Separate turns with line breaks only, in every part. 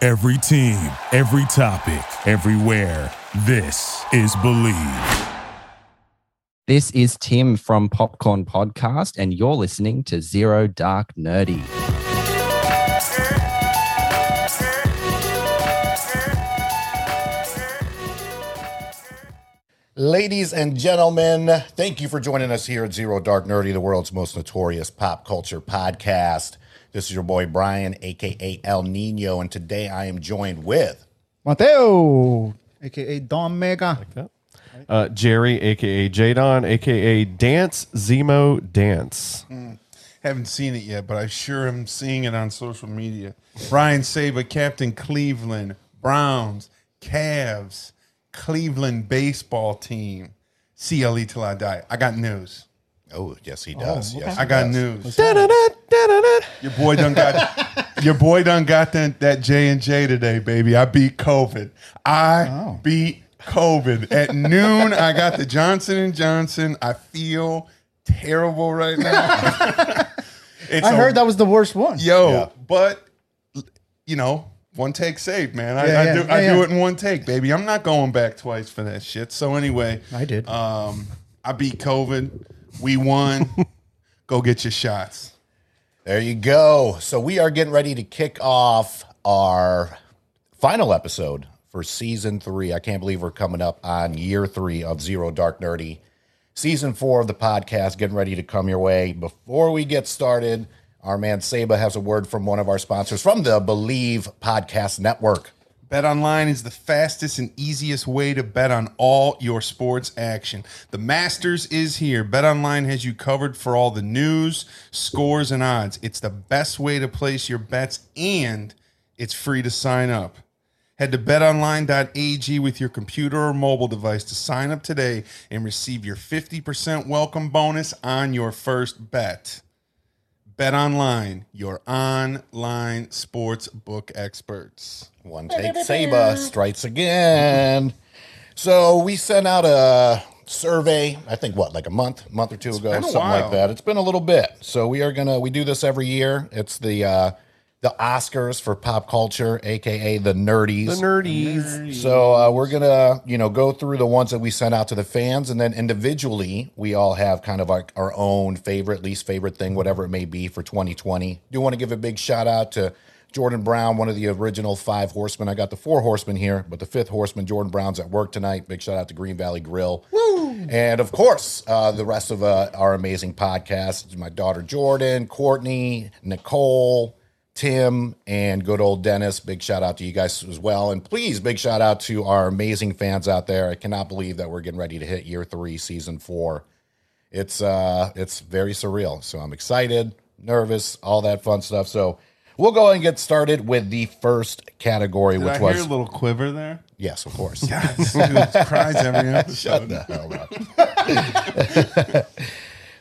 Every team, every topic, everywhere. This is Believe.
This is Tim from Popcorn Podcast, and you're listening to Zero Dark Nerdy.
Ladies and gentlemen, thank you for joining us here at Zero Dark Nerdy, the world's most notorious pop culture podcast. This is your boy Brian, aka El Nino, and today I am joined with
Mateo, aka Don Mega.
Uh, Jerry, aka Jadon, aka Dance Zemo Dance.
Haven't seen it yet, but I sure am seeing it on social media. Brian Saber, Captain Cleveland, Browns, Cavs, Cleveland baseball team, CLE till I die. I got news.
Oh, yes, he does. Yes,
I
he
got
does.
news. Your boy done got your boy done got that that J and J today, baby. I beat COVID. I
Oh.
beat COVID. At noon, I got the Johnson and Johnson. I feel terrible right now. It's
I
a-
heard that was the worst one.
Yo, but you know, one take saved, man. I,
Yeah,
I
yeah,
do
yeah,
I do
yeah.
it in one take, baby. I'm not going back twice for that shit. So anyway,
I did.
Um, I beat COVID. We won. Go get your shots.
There you go. So we are getting ready to kick off our final episode for season three. I can't believe we're coming up on year three of Zero Dark Nerdy. Season four of the podcast getting ready to come your way. Before we get started, our man Saba has a word from one of our sponsors from the Believe Podcast Network.
Bet online is the fastest and easiest way to bet on all your sports action. The Masters is here. Bet online has you covered for all the news, scores, and odds. It's the best way to place your bets and it's free to sign up. Head to betonline.ag with your computer or mobile device to sign up today and receive your 50% welcome bonus on your first bet. Bet online, your online sports book experts.
One take Saba strikes again. So we sent out a survey, I think what, like a month, month or two ago,
been a
something like
while.
that. It's been a little bit. So we are gonna we do this every year. It's the uh the Oscars for pop culture, aka the nerdies.
The nerdies.
So uh, we're gonna, you know, go through the ones that we sent out to the fans, and then individually, we all have kind of our, our own favorite, least favorite thing, whatever it may be for 2020. Do want to give a big shout out to Jordan Brown, one of the original five horsemen. I got the four horsemen here, but the fifth horseman, Jordan Brown's at work tonight. Big shout out to Green Valley Grill, and of course, uh, the rest of uh, our amazing podcast. My daughter Jordan, Courtney, Nicole. Tim and good old Dennis. Big shout out to you guys as well. And please, big shout out to our amazing fans out there. I cannot believe that we're getting ready to hit year three, season four. It's uh it's very surreal. So I'm excited, nervous, all that fun stuff. So we'll go and get started with the first category,
Did
which
I
was
hear a little quiver there?
yes, of course.
Dude cries every episode.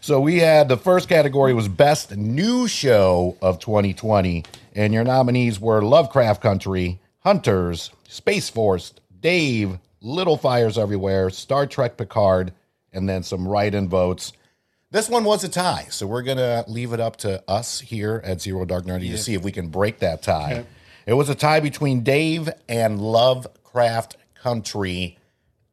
So we had the first category was best new show of 2020, and your nominees were Lovecraft Country, Hunters, Space Force, Dave, Little Fires Everywhere, Star Trek Picard, and then some write-in votes. This one was a tie, so we're gonna leave it up to us here at Zero Dark Nerdy to see if we can break that tie. It was a tie between Dave and Lovecraft Country.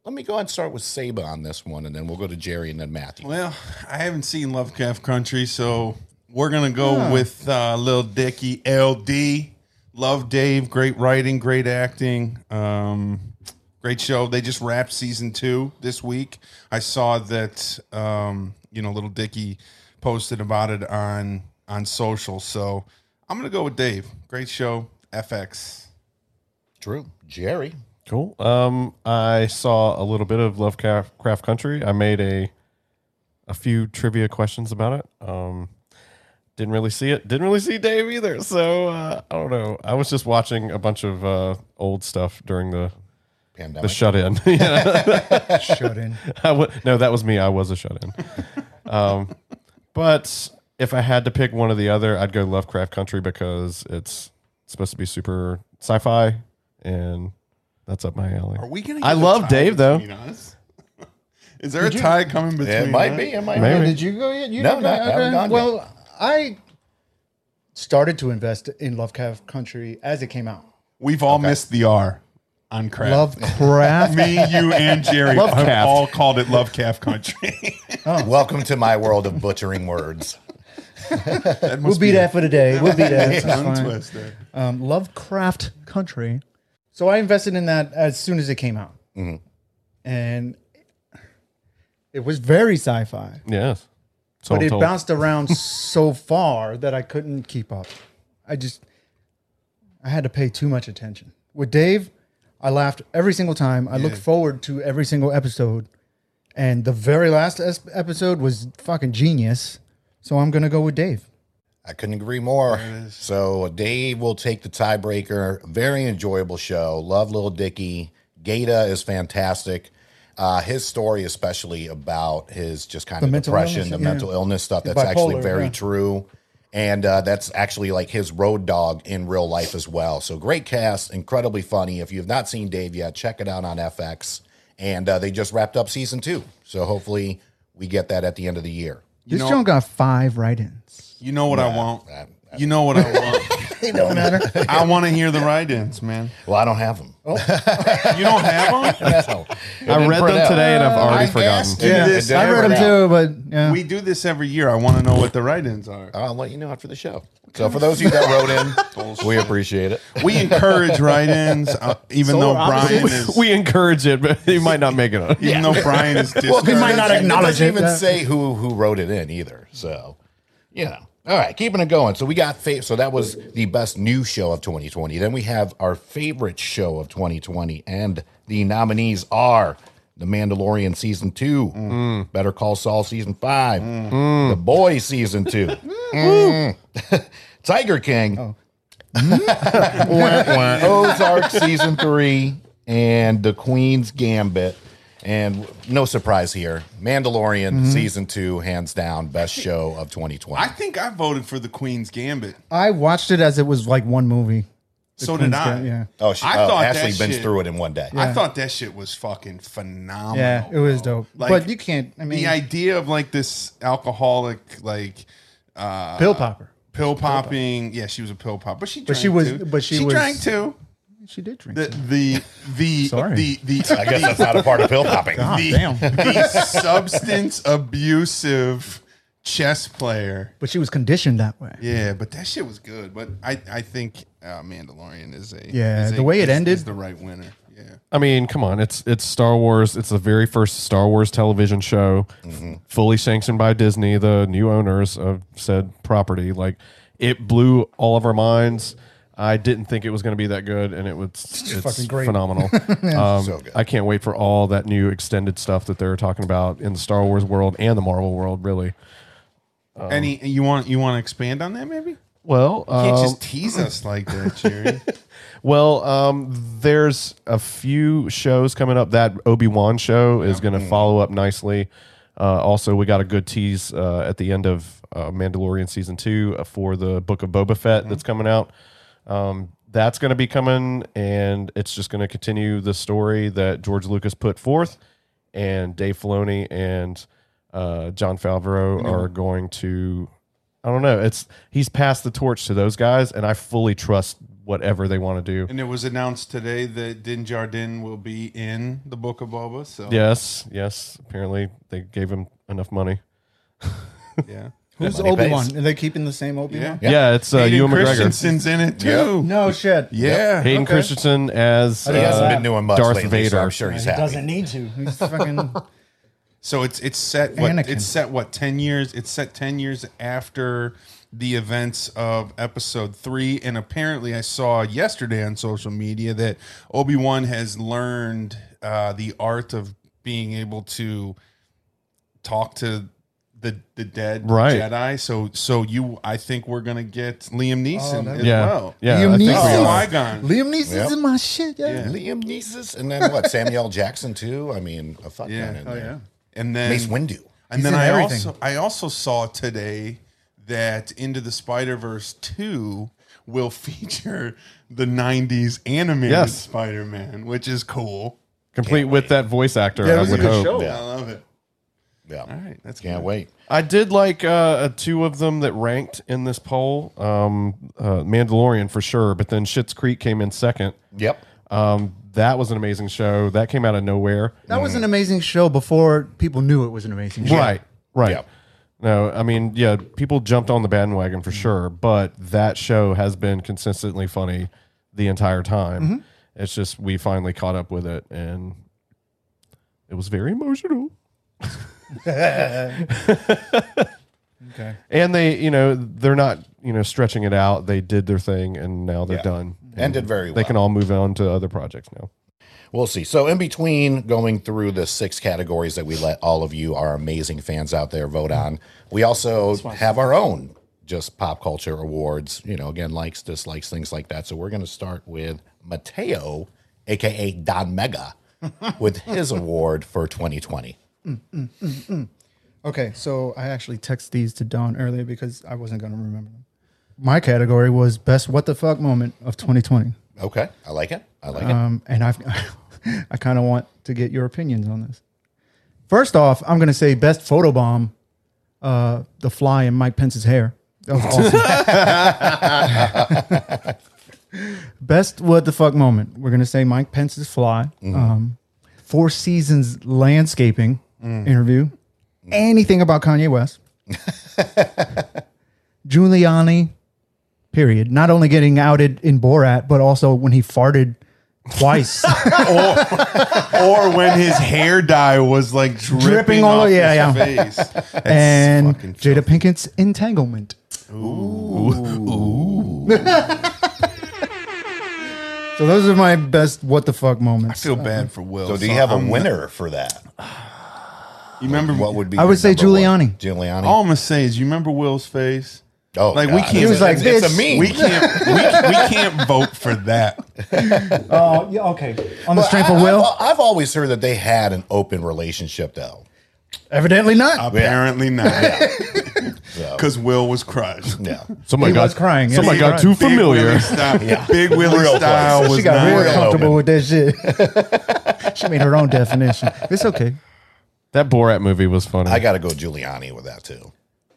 Let me go ahead and start with Saba on this one, and then we'll go to Jerry and then Matthew.
Well, I haven't seen Lovecraft Country, so we're gonna go with uh, Lil Dicky, LD. Love Dave, great writing, great acting, um, great show. They just wrapped season two this week. I saw that um, you know Little Dicky posted about it on on social, so I'm gonna go with Dave. Great show, FX.
True. Jerry.
Cool. Um, I saw a little bit of Lovecraft Craft Country. I made a a few trivia questions about it. Um, didn't really see it. Didn't really see Dave either. So uh, I don't know. I was just watching a bunch of uh, old stuff during the the
Pandemic.
shut in. yeah.
Shut in.
I wa- no, that was me. I was a shut in. Um, but if I had to pick one or the other, I'd go Lovecraft Country because it's supposed to be super sci fi and that's up my alley.
Are we gonna?
I
get a
love
tie
Dave, though.
between us? Is there a tie coming between?
it might
us?
be. It might
Maybe.
be.
Did you go yet? You
No,
didn't-
no, I haven't gone yet.
Well, I started to invest in Lovecraft Country as it came out.
We've all missed the R on craft.
Lovecraft.
Me, you, and Jerry
Love
have
calf.
all called it Love Calf Country.
Welcome to my world of butchering words.
That
We'll
must
be
a-
there for the day. We'll be there. It's
tongue
fine.
twister.
um, Lovecraft Country. So I invested in that as soon as it came out, and it was very sci-fi,
Yes. So
but
I'm
it
told.
bounced around so far that I couldn't keep up. I just I had to pay too much attention. With Dave, I laughed every single time. I looked forward to every single episode, and the very last es- episode was fucking genius. So I'm gonna go with Dave.
I couldn't agree more. So Dave will take the tiebreaker. Very enjoyable show. Love Little Dicky. Gata is fantastic. Uh, his story, especially about his just kind
The
of
mental
depression,
illness,
the
yeah.
mental illness stuff, that's
Bipolar,
actually very
yeah.
true. And uh, that's actually like his road dog in real life as well. So great cast, incredibly funny. If you have not seen Dave yet, check it out on FX. And uh, they just wrapped up season two. So hopefully we get that at the end of the year.
This
know-
show got five write-ins.
You know what I want. You know what I want.
It don't matter.
I want to hear the write-ins, man.
Well, I don't have them.
You don't have them?
I read them today and I've already
I
forgotten.
asked you
Yeah,
this.
I
I read them too, but yeah.
We do this every year. I want to know what the write-ins are.
I'll let you know after the show. So for those of you that wrote in, we appreciate it.
We encourage write-ins, uh, even though Brian is.
we encourage it, but you might not make it up.
even though Brian is
Well,
discouraged.
might not
it.
acknowledge
Doesn't
it.
even
Yeah.
say who who wrote it in either. So you know. All right, keeping it going. So we got fa- so that was the best new show of 2020. Then we have our favorite show of 2020, and the nominees are The Mandalorian season two,
Mm.
Better Call Saul season five, The Boys season two, Mm. Tiger King,
Oh.
Ozark season three and The Queen's Gambit. And no surprise here, Mandalorian
Mm-hmm.
season two, hands down, best show of 2020.
I think I voted for the Queen's Gambit.
I watched it as it was like one movie.
so
Queen's
did I.
Gambit, yeah.
oh, she,
I
oh,
thought
Ashley
that
been
shit-
through it in one day.
I thought that shit was fucking phenomenal.
Yeah, it was
bro.
dope.
Like,
but you can't. I mean,
the idea of like this alcoholic, like uh,
pill popper.
pill popping. Yeah, she was a pill pop, but she drank
But she was-
Too.
but she
she
was-
drank too.
She did drink.
The the the
Sorry.
the the,
I guess that's not a part of pill popping.
God
the,
damn.
the substance abusive chess player.
But she was conditioned that way. Yeah,
Yeah, but that shit was good. But I, I think uh, Mandalorian is a
Yeah,
is a-
the way it
is-
ended-
is the right winner. Yeah,
I mean, come on, it's it's Star Wars. It's the very first Star Wars television show, fully sanctioned by Disney, the new owners of said property. Like, it blew all of our minds. I didn't think it was going to be that good, and it was it's
fucking great.
phenomenal. um, I can't wait for all that new extended stuff that they're talking about in the Star Wars world and the Marvel world. Really,
Um,
any you want you want to expand on that maybe?
well,
You
um,
can't just tease us like that, Jerry.
Well, um, there's a few shows coming up. That Obi Wan show is going to follow up nicely. Uh, also, we got a good tease uh, at the end of uh, Mandalorian season two uh, for the Book of Boba Fett that's coming out. Um, that's going to be coming, and it's just going to continue the story that George Lucas put forth, and Dave Filoni and uh, John Favreau are going to. I don't know. It's he's passed the torch to those guys, and I fully trust whatever they want to do.
and it was announced today that Din Djarin will be in the Book of Boba. So
Oh. Yes, yes. Apparently, they gave him enough money.
yeah,
Who's
Money
Obi
pays.
Wan? Are they keeping the same Obi Wan?
yeah.
Yeah, it's uh,
Hayden
Ewan McGregor.
Christensen's in it too.
No shit.
Yeah,
Hayden Christensen as
I
He
didn't
uh,
know
hasn't
that.
been doing much
Darth
lately, so
Vader.
I'm sure he's
He
happy.
doesn't need to. He's fucking.
So it's it's set what
Anakin.
it's set what ten years it's set ten years after the events of episode three, and apparently I saw yesterday on social media that Obi Wan has learned uh, the art of being able to talk to the the dead
Right.
Jedi. So so you I think we're gonna get Liam
Oh,
Neeson
that'd
as
be-
yeah,
well.
yeah.
Liam
I think we
Neeson.
are.
Oh, Qui-Gon.
Liam Neeson's
Yep.
in my shit. Yeah.
Yeah.
Liam Neeson and then what? Samuel L. Jackson too. I mean, a fuck ton
Yeah,
in
oh
there.
yeah. And then
Mace Windu.
And
He's
then
in
I
everything.
also I also saw today that Into the Spider Verse two will feature the '90s animated
Yes.
Spider Man, which is cool.
Complete with that voice actor. I would hope.
I love it.
Yeah.
All right, that's
Can't
good.
wait.
I did like uh, uh, two of them that ranked in this poll. Um, uh, Mandalorian for sure, but then Schitt's Creek came in second.
Yep.
Um, that was an amazing show. That came out of nowhere.
That was an amazing show before people knew it was an amazing show.
Right, right.
Yeah.
No, I mean, yeah, people jumped on the bandwagon
Mm-hmm.
for sure, but that show has been consistently funny the entire time.
Mm-hmm.
It's just we finally caught up with it, and it was very emotional.
Okay.
And they, you know, they're not, you know, stretching it out. They did their thing, and now they're done.
And did very
They
well.
can all move on to other projects now.
We'll see. So, in between going through the six categories that we let all of you, our amazing fans out there, vote on, we also have our own just pop culture awards. You know, again, likes, dislikes, things like that. So, we're going to start with Mateo, aka Don Mega, with his award for 2020.
Okay, so I actually texted these to Don earlier because I wasn't going to remember them. My category was best what the fuck moment of 2020.
Okay, I like it. I like
Uh,
it.
Um, and I've, I kind of want to get your opinions on this. First off, I'm going to say best photobomb, uh, the fly in Mike Pence's hair. That was awesome. best what the fuck moment. We're going to say Mike Pence's fly. Um, Four Seasons landscaping interview. Anything about Kanye West. Giuliani, period. Not only getting outed in Borat, but also when he farted twice.
or when his hair dye was like dripping,
Dripping all-
all off
yeah,
his face. That's
and
fucking
Jada Pinkett's entanglement. Ooh. so those are my best what the fuck
I
moments.
feel bad for Will.
So, do you have a
I'm-
winner for that?
You remember
What would be?
I would
your
say
number one?
Giuliani.
Giuliani.
All I'm gonna say is, you remember Will's face.
Oh,
Oh, like, we
God.
can't- He
It's
was
a-
like,
it's
"Bitch."
a meme.
We can't. we, we can't vote for that.
Oh, yeah, okay. On the
But
strength
I-
of Will?
I've, I've always heard that they had an open relationship, though.
Evidently
Oh
not.
Apparently not,
So,
because Will was crushed.
yeah.
Somebody
He
got
was crying, yeah,
Somebody
he
got
was
too
crying.
Big
familiar.
Willie style.
Yeah.
Big Willie
Real
style
close.
was
She got
not.
real
open.
comfortable with that shit. she made her own definition. It's okay.
That Borat movie was funny.
I
I,
got to go Giuliani with that too.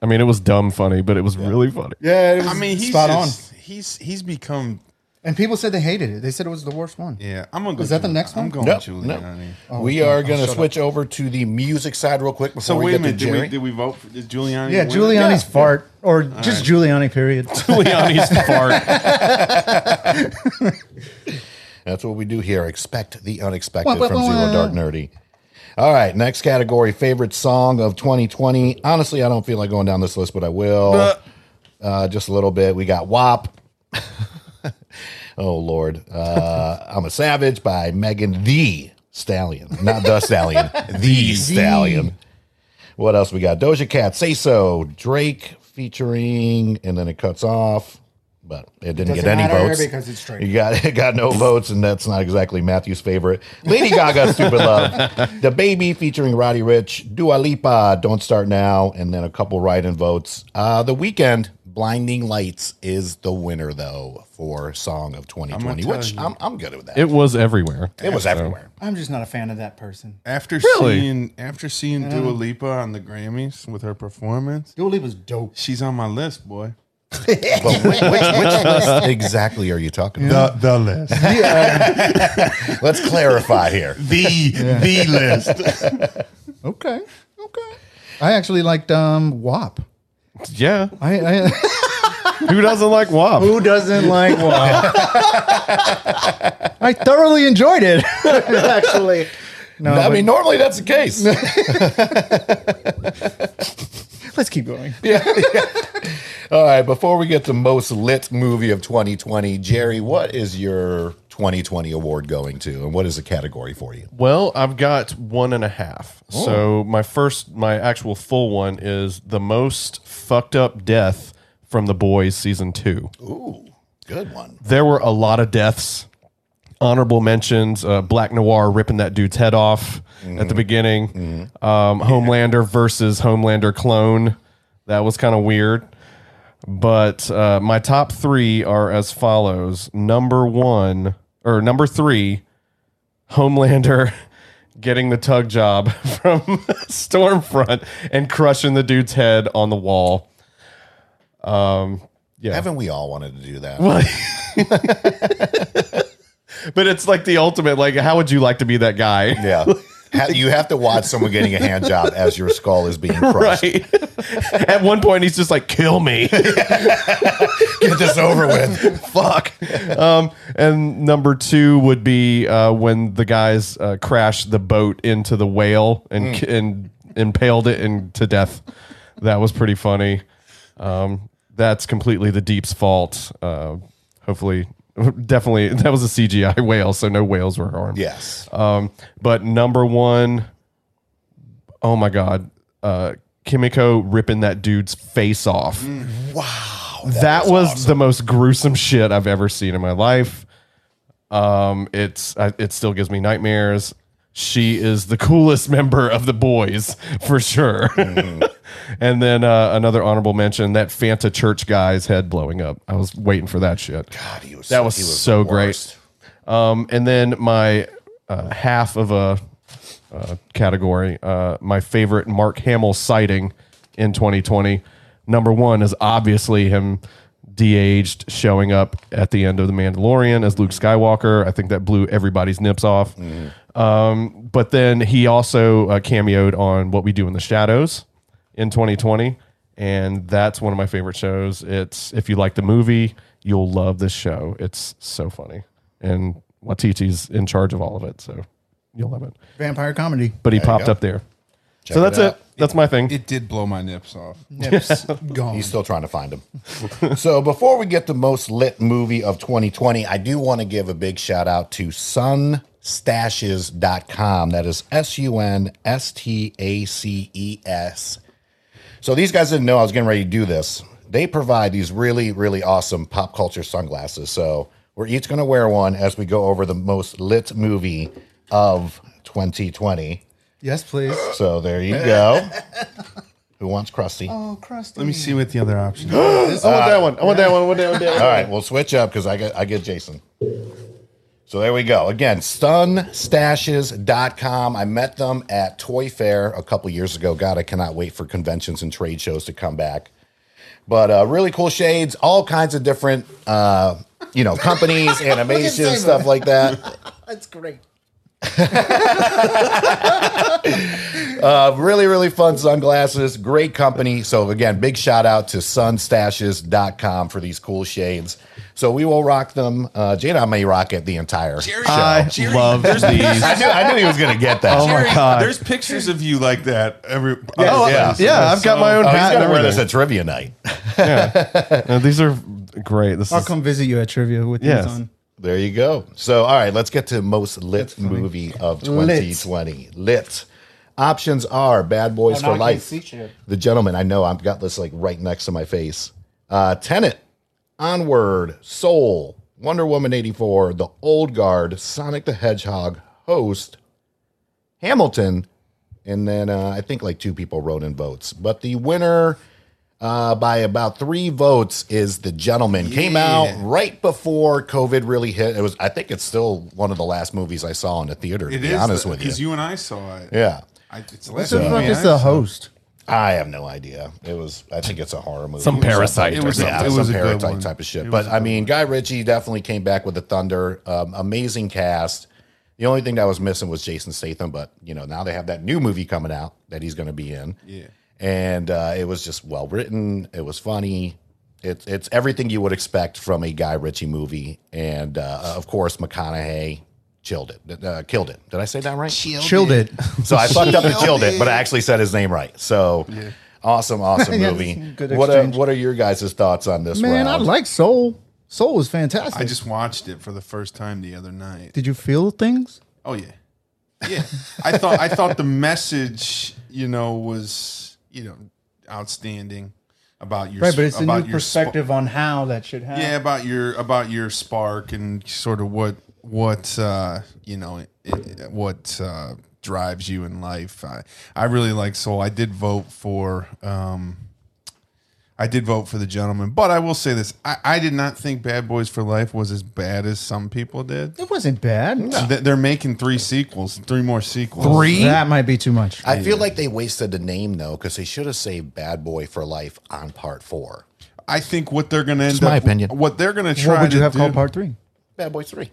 mean, it was dumb funny, but it was really funny.
Yeah,
I mean, he's
spot
just- He's he's become.
on. And people said they hated it. They said it was the worst one.
Yeah, I'm gonna. Go
Is that the
Giul-
next one?
I'm going
Nope,
Giuliani.
nope. we are going to switch over to the music side real quick before
So
we
wait a
get to
minute. Did we,
Jerry.
did we vote for did Giuliani?
Yeah,
win?
Giuliani's fart, or just Giuliani, period.
Giuliani's fart.
That's what we do here. Expect the unexpected
Wah, wah,
from
wah,
Zero
wah.
Dark Nerdy. All right, next category: favorite song of 2020. Honestly, I don't feel like going down this list, but I will. Uh, just a little bit. We got WAP. oh Lord, uh, I'm a Savage by Megan the Stallion, not the Stallion, the Stallion. What else we got? Doja Cat, Say So, Drake featuring, and then it cuts off, but it didn't get any votes.
it's straight.
You got it got no votes, and that's not exactly Matthew's favorite. Lady Gaga, Stupid Love, The Baby featuring Roddy Rich, Dua Lipa, Don't Start Now, and then a couple write-in votes. Uh, the weekend, Blinding Lights is the winner though for Song of 2020,
tell
which
you.
I'm, I'm good with that. It,
It was everywhere.
was
So,
everywhere.
I'm just not a fan of that person.
After
Really?
seeing after seeing Dua Lipa on the Grammys with her performance,
Dua was dope.
she's on my list, boy.
But which, which, which list exactly are you talking about?
the list,
Let's clarify here.
the the list.
Okay, okay. I actually liked um WAP.
Yeah.
I, I
Who doesn't like WAP?
who doesn't like WAP? I thoroughly enjoyed it. actually, no.
I
but
mean, normally that's the case.
let's keep going.
All right, before we get to most lit movie of 2020, Jerry, what is your 2020 award going to, and what is the category for you?
Well, I've got one and a half. So my first, my actual full one is the most fucked up death from The Boys season two.
Ooh, good one.
There were a lot of deaths. Honorable mentions: uh, Black Noir ripping that dude's head off at the beginning. Um, Homelander versus Homelander clone. That was kind of weird. But uh, my top three are as follows: number one or number three, Homelander getting the tug job from Stormfront and crushing the dude's head on the wall.
Haven't we all wanted to do that?
But it's like the ultimate. Like, how would you like to be that guy?
Yeah. Ha- you have to watch someone getting a hand job as your skull is being crushed.
Right. At one point, he's just like, "Kill me."
Get this over with.
fuck. Um, and number two would be uh, when the guys uh, crashed the boat into the whale and and impaled it and to death. That was pretty funny. Um, that's completely the deep's fault. Uh, hopefully, definitely that was a CGI whale, so no whales were harmed.
Yes.
Um, but number one, oh my god, uh, Kimiko ripping that dude's face off.
Mm, Wow.
that was the most gruesome shit I've ever seen in my life. Um, it's I, it still gives me nightmares. She is the coolest member of the boys for sure.
Mm-hmm.
and then uh, another honorable mention that Fanta Church guy's head blowing up. I was waiting for that shit.
God, he was,
That was,
he the
so
worst.
great. Um, and then my uh, half of a uh, category, uh, my favorite Mark Hamill sighting in 2020. Number one is obviously him de-aged showing up at the end of The Mandalorian as Luke Skywalker. I think that blew everybody's nips off.
Mm.
Um, but then he also uh, cameoed on What We Do in the Shadows in 2020, and that's one of my favorite shows. It's if you like the movie, you'll love this show. It's so funny, and Watiti's in charge of all of it, so you'll love it.
Vampire comedy.
But he popped up there, so that's
it
it.
out.
That's my thing.
It did blow my nips off.
Nips. Gone.
He's still trying to find him. so before we get the most lit movie of 2020, I do want to give a big shout out to sunstashes.com. That is S U N S T A C E S. So these guys didn't know I was getting ready to do this. They provide these really, really awesome pop culture sunglasses. So we're each going to wear one as we go over the most lit movie of 2020.
Yes, please.
So there you go. Who wants Krusty?
Let me see what the other option. is.
I want that one. I want that one. I want that one.
All right, we'll switch up because I get I get Jason. So there we go. Again, stuntashes.com. I met them at Toy Fair a couple years ago. God, I cannot wait for conventions and trade shows to come back. But uh, really cool shades, all kinds of different uh, you know, companies, animation, stuff like that.
That's great.
Uh, really, really fun sunglasses. Great company. So, again, big shout out to sunstashes.com for these cool shades. So, we will rock them. Uh, Jade, I may rock it the entire show.
I love these.
I knew, I knew he was going to get that.
Oh my
Uh,
God.
There's pictures of you like that. Every
Oh,
yeah.
yeah, I've got my own
Oh, he's
hat.
going
And
to wear this
everything.
at trivia night.
Uh, these are great. This
I'll
is
come visit you at trivia with
Yes.
these on.
There you go. So, all right, let's get to most lit movie of 2020. Lit. Options are Bad Boys for Life. The Gentleman. I know I've got this like right next to my face. Uh, Tenet, Onward, Soul, Wonder Woman 84, The Old Guard, Sonic the Hedgehog, Host, Hamilton, and then uh, I think like two people wrote in votes. But the winner uh, by about three votes is The Gentleman. Came out right before COVID really hit. It was, I think it's still one of the last movies I saw in the theater, to
It
be
is
honest
the-
with
Because
you.
you and I saw it.
Yeah.
I, it's the
What
last
the
movie
fuck
I
is the
saw.
host?
I have no idea. It was, I think it's a horror movie. or
some
something.
parasite.
It
or
was-
something.
Yeah,
it
some
was a good
parasite
one.
type of shit.
It
But
was a
I mean, Guy Ritchie definitely came back with the Thunder. Um, amazing cast. The only thing that was missing was Jason Statham, but you know now they have that new movie coming out that he's going to be in.
Yeah.
and uh, it was just well written. It was funny. It's it's everything you would expect from a Guy Ritchie movie, and uh, of course McConaughey chilled it, uh, killed it. Did I say that right?
Chilled it.
So I fucked up and chilled it, but I actually said his name right. So awesome, awesome
Yeah,
movie.
that's a good
what are,
exchange.
what are your guys' thoughts on this?
Man,
round?
I like Soul. Soul was fantastic.
I just watched it for the first time the other night.
Did you feel things?
Oh yeah, yeah. I thought I thought the message, you know, was you know outstanding about your
Right, but it's a
about
new
your spa-
perspective on how that should happen.
yeah, about your about your spark and sort of what what uh, you know it, it- what uh, drives you in life. I I really like Soul. I did vote for. Um, I did vote for the gentleman, but I will say this: I, I did not think Bad Boys for Life was as bad as some people did.
It wasn't bad.
They- They're making three sequels, three more sequels.
That might be too much.
I feel like they wasted the name though, because they should have saved Bad Boy for Life on part four.
I think what they're going to end
my
up,
opinion.
what they're going to try
what would you
to
have
do,
called part three?
Bad Boy Three.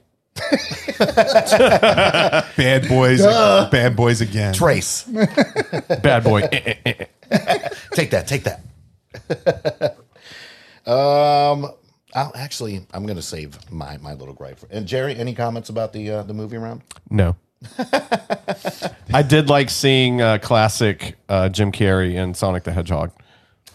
Bad Boys, Bad Boys again.
Trace.
Bad boy. Eh, eh, eh.
take that. Take that. um I'll actually I'm gonna save my my little gripe for and Jerry, any comments about the uh, the movie round?
no. I did like seeing uh, classic uh, Jim Carrey and Sonic the Hedgehog.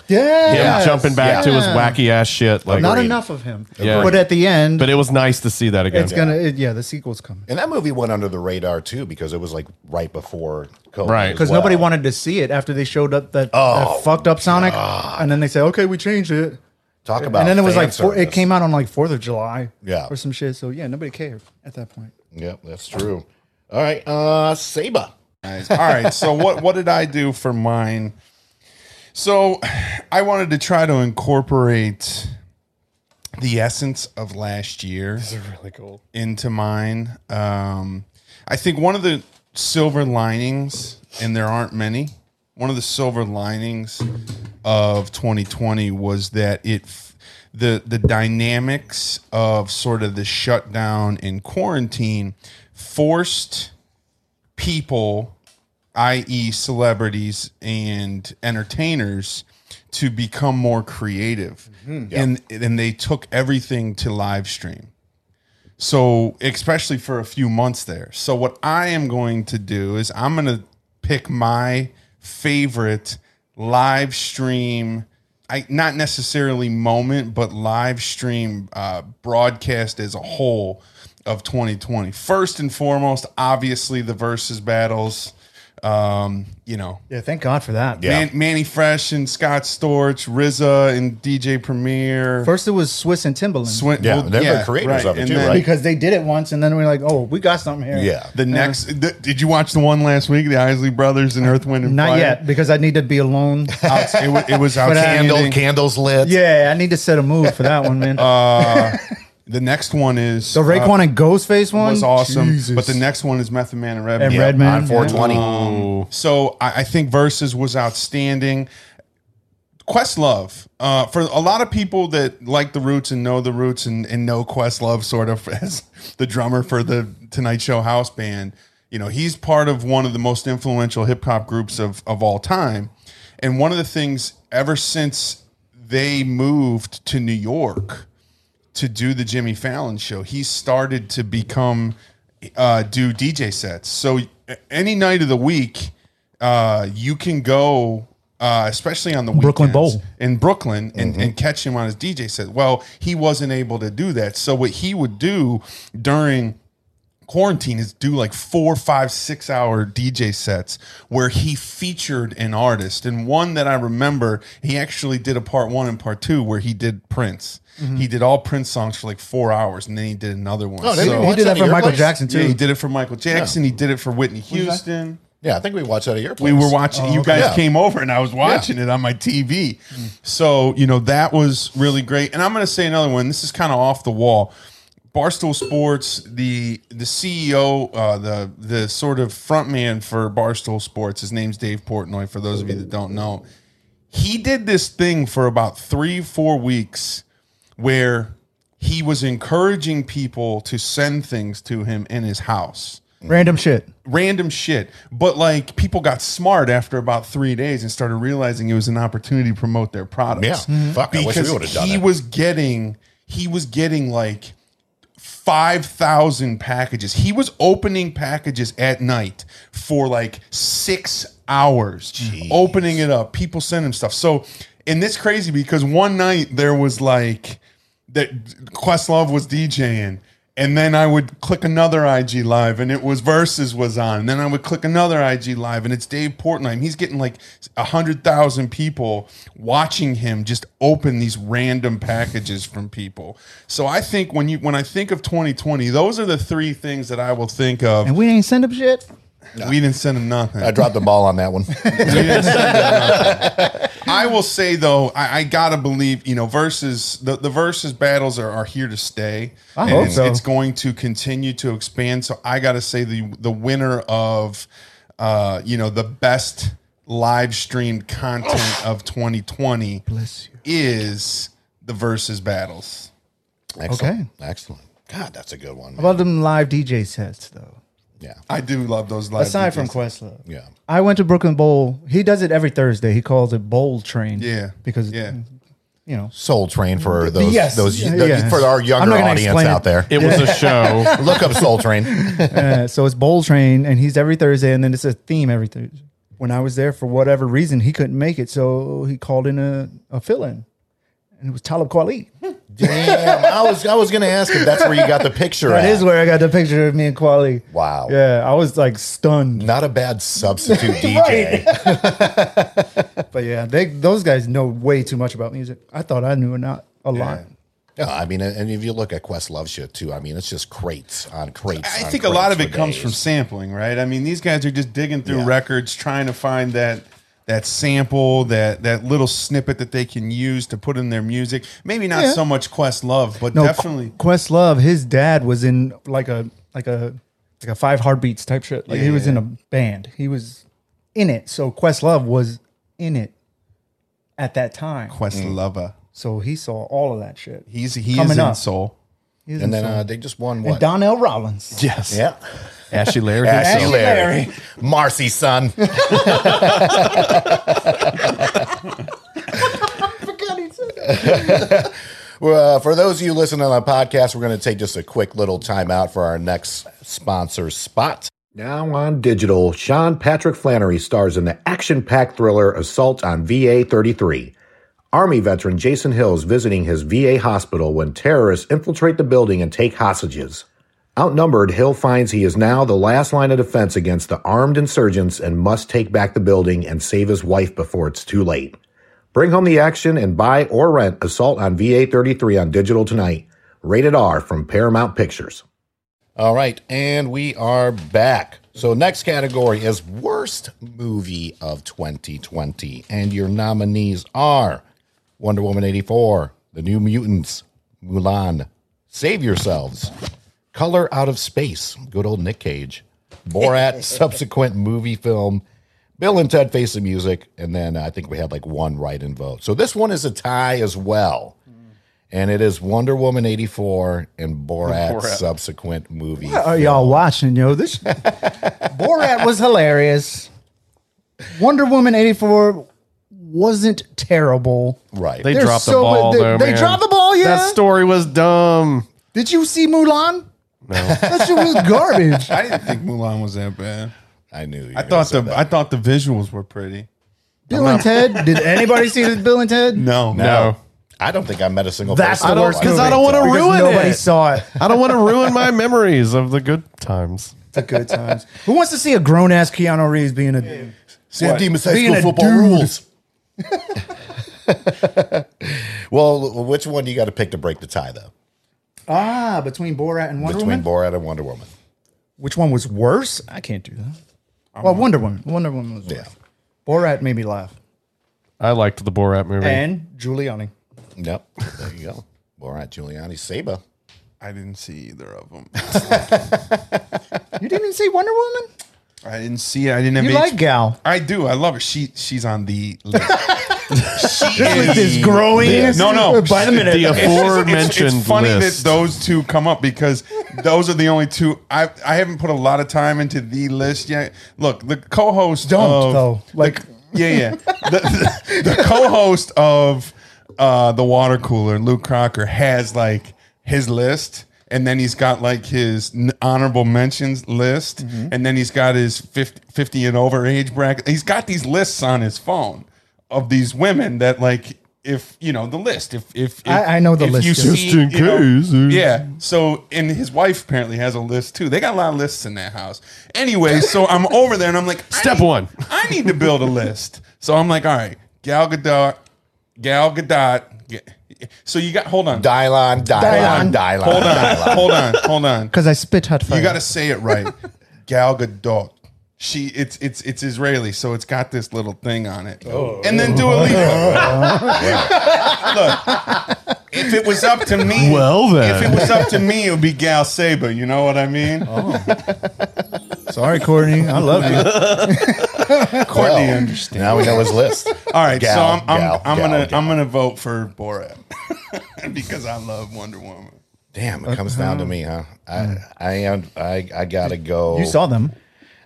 Yeah.
Him jumping back to his wacky ass shit. Like,
Not enough of him.
Yeah.
But at the end,
But it was nice to see that again.
it's gonna. It, yeah, the sequel's coming
And that movie went under the radar too because it was like right before COVID.
Right.
as
because nobody
well.
wanted to see it after they showed up that, that fucked up Sonic, and then they said, "Okay, we changed it."
talk about.
and then it was
fan
like four, it
service.
came out on like Fourth of July,
Yeah.
or some shit. So yeah, nobody cared at that point.
Yep, that's true. All right, uh Saba.
guys. All right. So what what did I do for mine? So I wanted to try to incorporate the essence of last year
really cool.
into mine. Um, I think one of the silver linings, and there aren't many, one of the silver linings of 2020 was that it f- the the dynamics of sort of the shutdown and quarantine forced people i.e., celebrities and entertainers, to become more creative, and and they took everything to live stream. So, especially for a few months there. So, what I am going to do is I'm going to pick my favorite live stream. I, not necessarily moment, but live stream uh, broadcast as a whole of 2020. First and foremost, obviously the versus battles um, you know,
Yeah, thank God for that.
Man- Manny Fresh and Scott Storch, RZA and DJ Premier.
First, it was Swiss and Timberland
Swin-
Yeah, they were creators of it
And
too,
then
right?
because they did it once, and then we're like, "Oh, we got something here."
Yeah.
The next, th- did you watch the one last week, the Isley Brothers and Earth, Wind and
Not
Fire?
yet uh, because I need to be alone.
Outs- it, wa- it was
I-
outstanding.
Candle, candles lit.
yeah, I need to set a mood for that one, man.
The next one is
the Raekwon and Ghostface
uh,
one
was awesome,
Jesus.
but the next one is Method Man and Red
And
Man.
Red Man,
on 420.
Um, So I, I think Versus was outstanding. Questlove, uh, for a lot of people that like the Roots and know the Roots and, and know Questlove sort of as the drummer for the Tonight Show house band, you know, he's part of one of the most influential hip hop groups of, of all time. And one of the things ever since they moved to New York, to do the Jimmy Fallon show, he started to become uh, do DJ sets. So a- any night of the week, uh, you can go, uh, especially on the
Brooklyn
weekends,
Bowl.
in Brooklyn and, and catch him on his DJ set. Well, he wasn't able to do that. So what he would do during quarantine is do like four, five, six hour DJ sets where he featured an artist. And one that I remember, he actually did a part one and part two where he did Prince. He did all Prince songs for like four hours and then he did another one.
Oh,
so,
did
he
What's on
did that for
your
Michael
place?
Jackson too.
yeah, he did it for Michael Jackson. He did it for Whitney Houston.
Yeah, I think we watched that at your place.
We were watching. you guys
Yeah.
came over, and I was watching it on my TV. So you know that was really great. And I'm going to say another one. This is kind of off the wall. Barstool Sports, the the CEO, uh, the the sort of front man for Barstool Sports. His name's Dave Portnoy. For those of you that don't know, he did this thing for about three four weeks where he was encouraging people to send things to him in his house
Random shit.
random shit. But like people got smart after about three days and started realizing it was an opportunity to promote their products.
Yeah. Mm-hmm. Fuck, I wish we
Because
would've done
he
it.
was getting he was getting like five thousand packages. He was opening packages at night for like six hours, opening it up. People send him stuff. So, and this crazy because one night there was like that Questlove was DJing. And then I would click another IG live and it was Versus was on. And then I would click another IG live and it's Dave Portnoy. He's getting like 100,000 people watching him just open these random packages from people. So I think when you when I think of 2020, those are the three things that I will think of.
And we ain't send him shit.
We didn't send him nothing.
I dropped the ball on that one.
I will say though, I, I gotta believe you know versus the the versus battles are, are here to stay. I and
hope
it's,
so.
it's going to continue to expand. So I gotta say the the winner of uh you know the best live streamed content of 2020 is the versus battles.
Excellent. Excellent. God, that's a good one. man.
How about them live DJ sets though?
yeah.
I do love those live.
Aside from
DJs.
Questlove,
Yeah.
I went to Brooklyn Bowl. He does it every Thursday. He calls it Bowl Train.
Yeah.
because
yeah,
you know
Soul Train for those
yes,
those
yeah,
the-
yes.
for our
I'm
younger
not gonna
audience
explain
out
it.
there.
It was a show.
Look up Soul Train.
Uh, so it's bowl train and he's every thursday and then it's a theme every thursday when i was there for whatever reason he couldn't make it so he called in a, a fill-in and it was talib kweli
Damn, I was I was gonna ask if that's where you got the picture.
that
at.
is where i got the picture of me and kweli
Wow.
yeah i was like stunned
Not a bad substitute DJ.
but yeah they those guys know way too much about music i thought i knew not a lot
Yeah, I mean, and if you look at Quest Love shit too, I mean, it's just crates on crates.
I
on
think a lot
crates
of it
for
comes
days.
from sampling, right? I mean, these guys are just digging through records, trying to find that that sample, that that little snippet that they can use to put in their music. Maybe not so much Quest Love, but
no
definitely.
quest love his dad was in like a like a like a five heartbeats type shit like he was in a band he was in it so quest love was in it at that time
Quest Lover.
So he saw all of that shit.
He's he
Coming
is in
up.
soul.
He's
And then
insane.
uh, they just won
and
what?
Donnell Rollins.
yes.
yeah,
Ashley Larry.
Ashley
himself.
Larry. Marcy son. Well, uh, for those of you listening on the podcast, we're going to take just a quick little time out for our next sponsor spot. Now on digital, Sean Patrick Flannery stars in the action packed thriller Assault on VA 33. Army veteran Jason Hills visiting his VA hospital when terrorists infiltrate the building and take hostages. Outnumbered, Hill finds he is now the last line of defense against the armed insurgents and must take back the building and save his wife before it's too late. Bring home the action and buy or rent Assault on VA 33 on digital tonight. Rated R from Paramount Pictures. All right, and we are back. So, next category is Worst Movie of 2020. And your nominees are Wonder Woman 84, The New Mutants, Mulan, Save Yourselves, Color Out of Space, good old Nick Cage, Borat, subsequent movie film, Bill and Ted Face the Music, and then uh, I think we had like one write in vote. So this one is a tie as well. And it is Wonder Woman 84 and Borat's subsequent movie.
Are y'all watching, yo? This Borat was hilarious. Wonder Woman 84 wasn't terrible.
Right.
They
They're
dropped
so-
the ball,
they-
though,
they
man.
dropped the ball, yeah.
That story was dumb.
Did you see Mulan?
No.
That shit was garbage.
I didn't think Mulan was that bad.
I knew you were
I
gonna
thought
say
the
that.
I thought the visuals were pretty.
Bill and Ted. Did anybody see this Bill and Ted?
No,
Oh.
No.
I don't think I met a single
That's
person
the
who
worst
liked
because
movie.
I don't want to
Because
ruin
Nobody
it.
saw it.
I don't want to ruin my memories of the good times.
The good times. Who wants to see a grown ass Keanu Reeves being a
Sam Demas High
Being
School
a
football
dude.
rules. well, which one you got to pick to break the tie, though?
ah between Borat and Wonder
Between
Woman?
Borat and Wonder Woman.
Which one was worse? I can't do that. well, Wonder Woman. Wonder Woman was
Yeah.
worse. Borat made me laugh.
I liked the Borat movie.
And Giuliani.
Yep. There you go. Borat, Giuliani, Saber.
I didn't see either of them.
You didn't even see Wonder Woman?
I didn't see it. I didn't have
You
H-
like Gal.
I do. I love her. She she's on the list. she
With
is
this growing.
No, no.
By the minute.
The
It's just- it's-
aforementioned
It's, funny
list.
that those two come up because those are the only two. I I haven't put a lot of time into the list yet. Look, the co-host
Don't,
of-
though.
the-
Like-
yeah, yeah. The, the, the co-host of uh, the water cooler, Luke Crocker, has like his list. And then he's got like his n- honorable mentions list,
Mm-hmm.
and then he's got his 50, 50 and over age bracket. He's got these lists on his phone of these women that like if you know the list if if, if
I- I know the
if
list,
you
yeah.
see,
Just in
you know-
case, uh,
yeah so and his wife apparently has a list too they got a lot of lists in that house anyway so i'm over there and i'm like I
Step
need-
one.
i need to build a list so i'm like all right gal gadot gal gadot Ga- so you got hold on
Dylon, Dylon,
Dylon.
Dylon.
hold on hold on hold on
Because I spit hot fire.
you got to say it right gal gadot She it's it's it's Israeli, so it's got this little thing on it.
Oh.
And then Dua Lipa. Look, if it was up to me,
Well, then.
if it was up to me, it would be Gal Saber. You know what I mean?
Sorry, Courtney. I love you.
Courtney
Well,
understands.
Now we know his list.
All right, so
Gal,
I'm I'm,
gal,
I'm
gal,
gonna
gal.
I'm gonna vote for Borat because I love Wonder Woman.
Damn,
Uh,
it comes down to me, huh? I I am I I gotta go.
uh-huh. Mm. You saw them.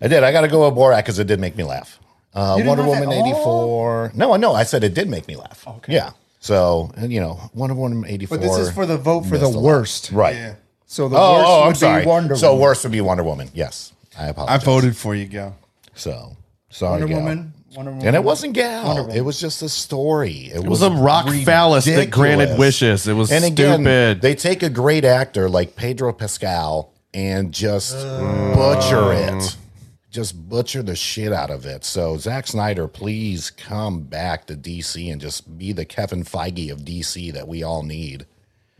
I did. I got to go with Borat because it did make me laugh. Uh,
You didn't
Wonder
laugh
Woman
at all?
eighty four. No, I know. I said it did make me laugh. Okay. Yeah. So and, you know, Wonder Woman eighty four.
But this is for the vote for the
missed a lot.
worst.
right.
Yeah,
So the
Oh,
worst
oh,
would
I'm sorry.
be Wonder
so
Woman.
worst would be Wonder Woman. Yes, I
I
apologize.
voted for you, Gal.
So sorry,
Wonder
Gal.
Woman. Wonder Woman.
And it wasn't Gal.
Woman.
It was just a story. It,
was a rock phallus that granted
ridiculous.
wishes. It was
and again,
stupid.
They take a great actor like Pedro Pascal and just butcher it. Just butcher the shit out of it. So Zack Snyder, please come back to DC and just be the Kevin Feige of DC that we all need.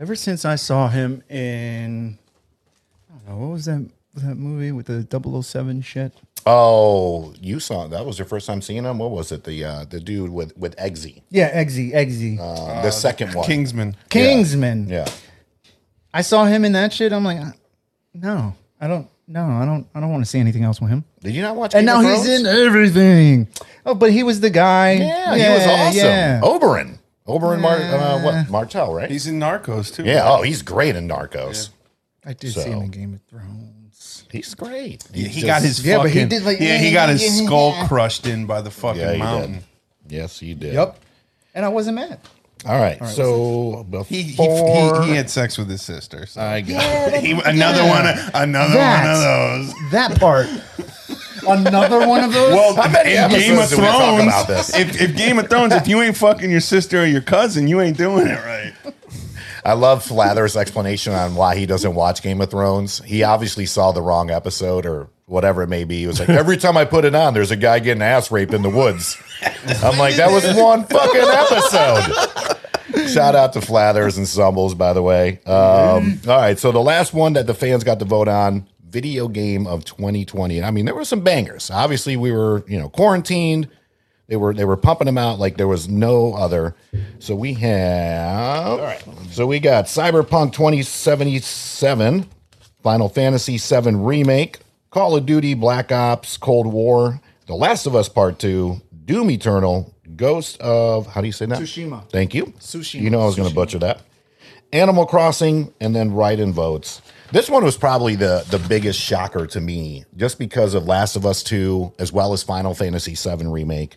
Ever since I saw him in, I don't know, what was that that movie with the 007 shit?
Oh, you saw that was your first time seeing him. What was it? The uh, the dude with with Eggsy,
Yeah, Eggsy, Eggsy.
uh, the second one.
Kingsman.
Kingsman.
Yeah,
I saw him in that shit. I'm like, I- no, I don't, no, I don't, I don't want to see anything else with him.
did you not watch?
And
Game
now
of
he's
Thrones?
in everything. Oh, but he was the guy.
Yeah, he was awesome. Oberon, Oberon Mar- uh, what Martell, right?
He's in Narcos too.
yeah. Oh, he's great in Narcos.
I did see him
So.
in Game of Thrones.
He's great.
Yeah,
He's
he
just-
got his
Yeah,
fucking,
but he did, like,
yeah, he got his skull crushed in by the fucking
Yeah, he
mountain.
did. Yes, he did.
And I wasn't mad.
All right. so
He, he,
before
he, he had sex with his sister. So.
I got
He- another one, another one of
That.
those.
That part. Another one of those.
Well,
many
in Game of
episodes did we talk
Thrones,
about this?
If, if Game of Thrones, if you ain't fucking your sister or your cousin, you ain't doing it right.
I love Flather's explanation on why he doesn't watch Game of Thrones. He obviously saw the wrong episode or whatever it may be. He was like, every time I put it on, there's a guy getting ass raped in the woods. I'm like, that was one fucking episode. Shout out to Flathers and Stumbles, by the way. Um, all right, so the last one that the fans got to vote on, video game of 2020. And I mean, there were some bangers. Obviously, we were you know quarantined. They were they were pumping them out like there was no other. So we have all right. So we got Cyberpunk 2077, Final Fantasy VII remake, Call of Duty Black Ops Cold War, The Last of Us Part Two, Doom Eternal, Ghost of how do you say that?
Tsushima.
Thank you. Sushi. You know I was going to butcher that. Animal Crossing, and then write-in votes. This one was probably the the biggest shocker to me, just because of Last of Us Two, as well as Final Fantasy VII remake.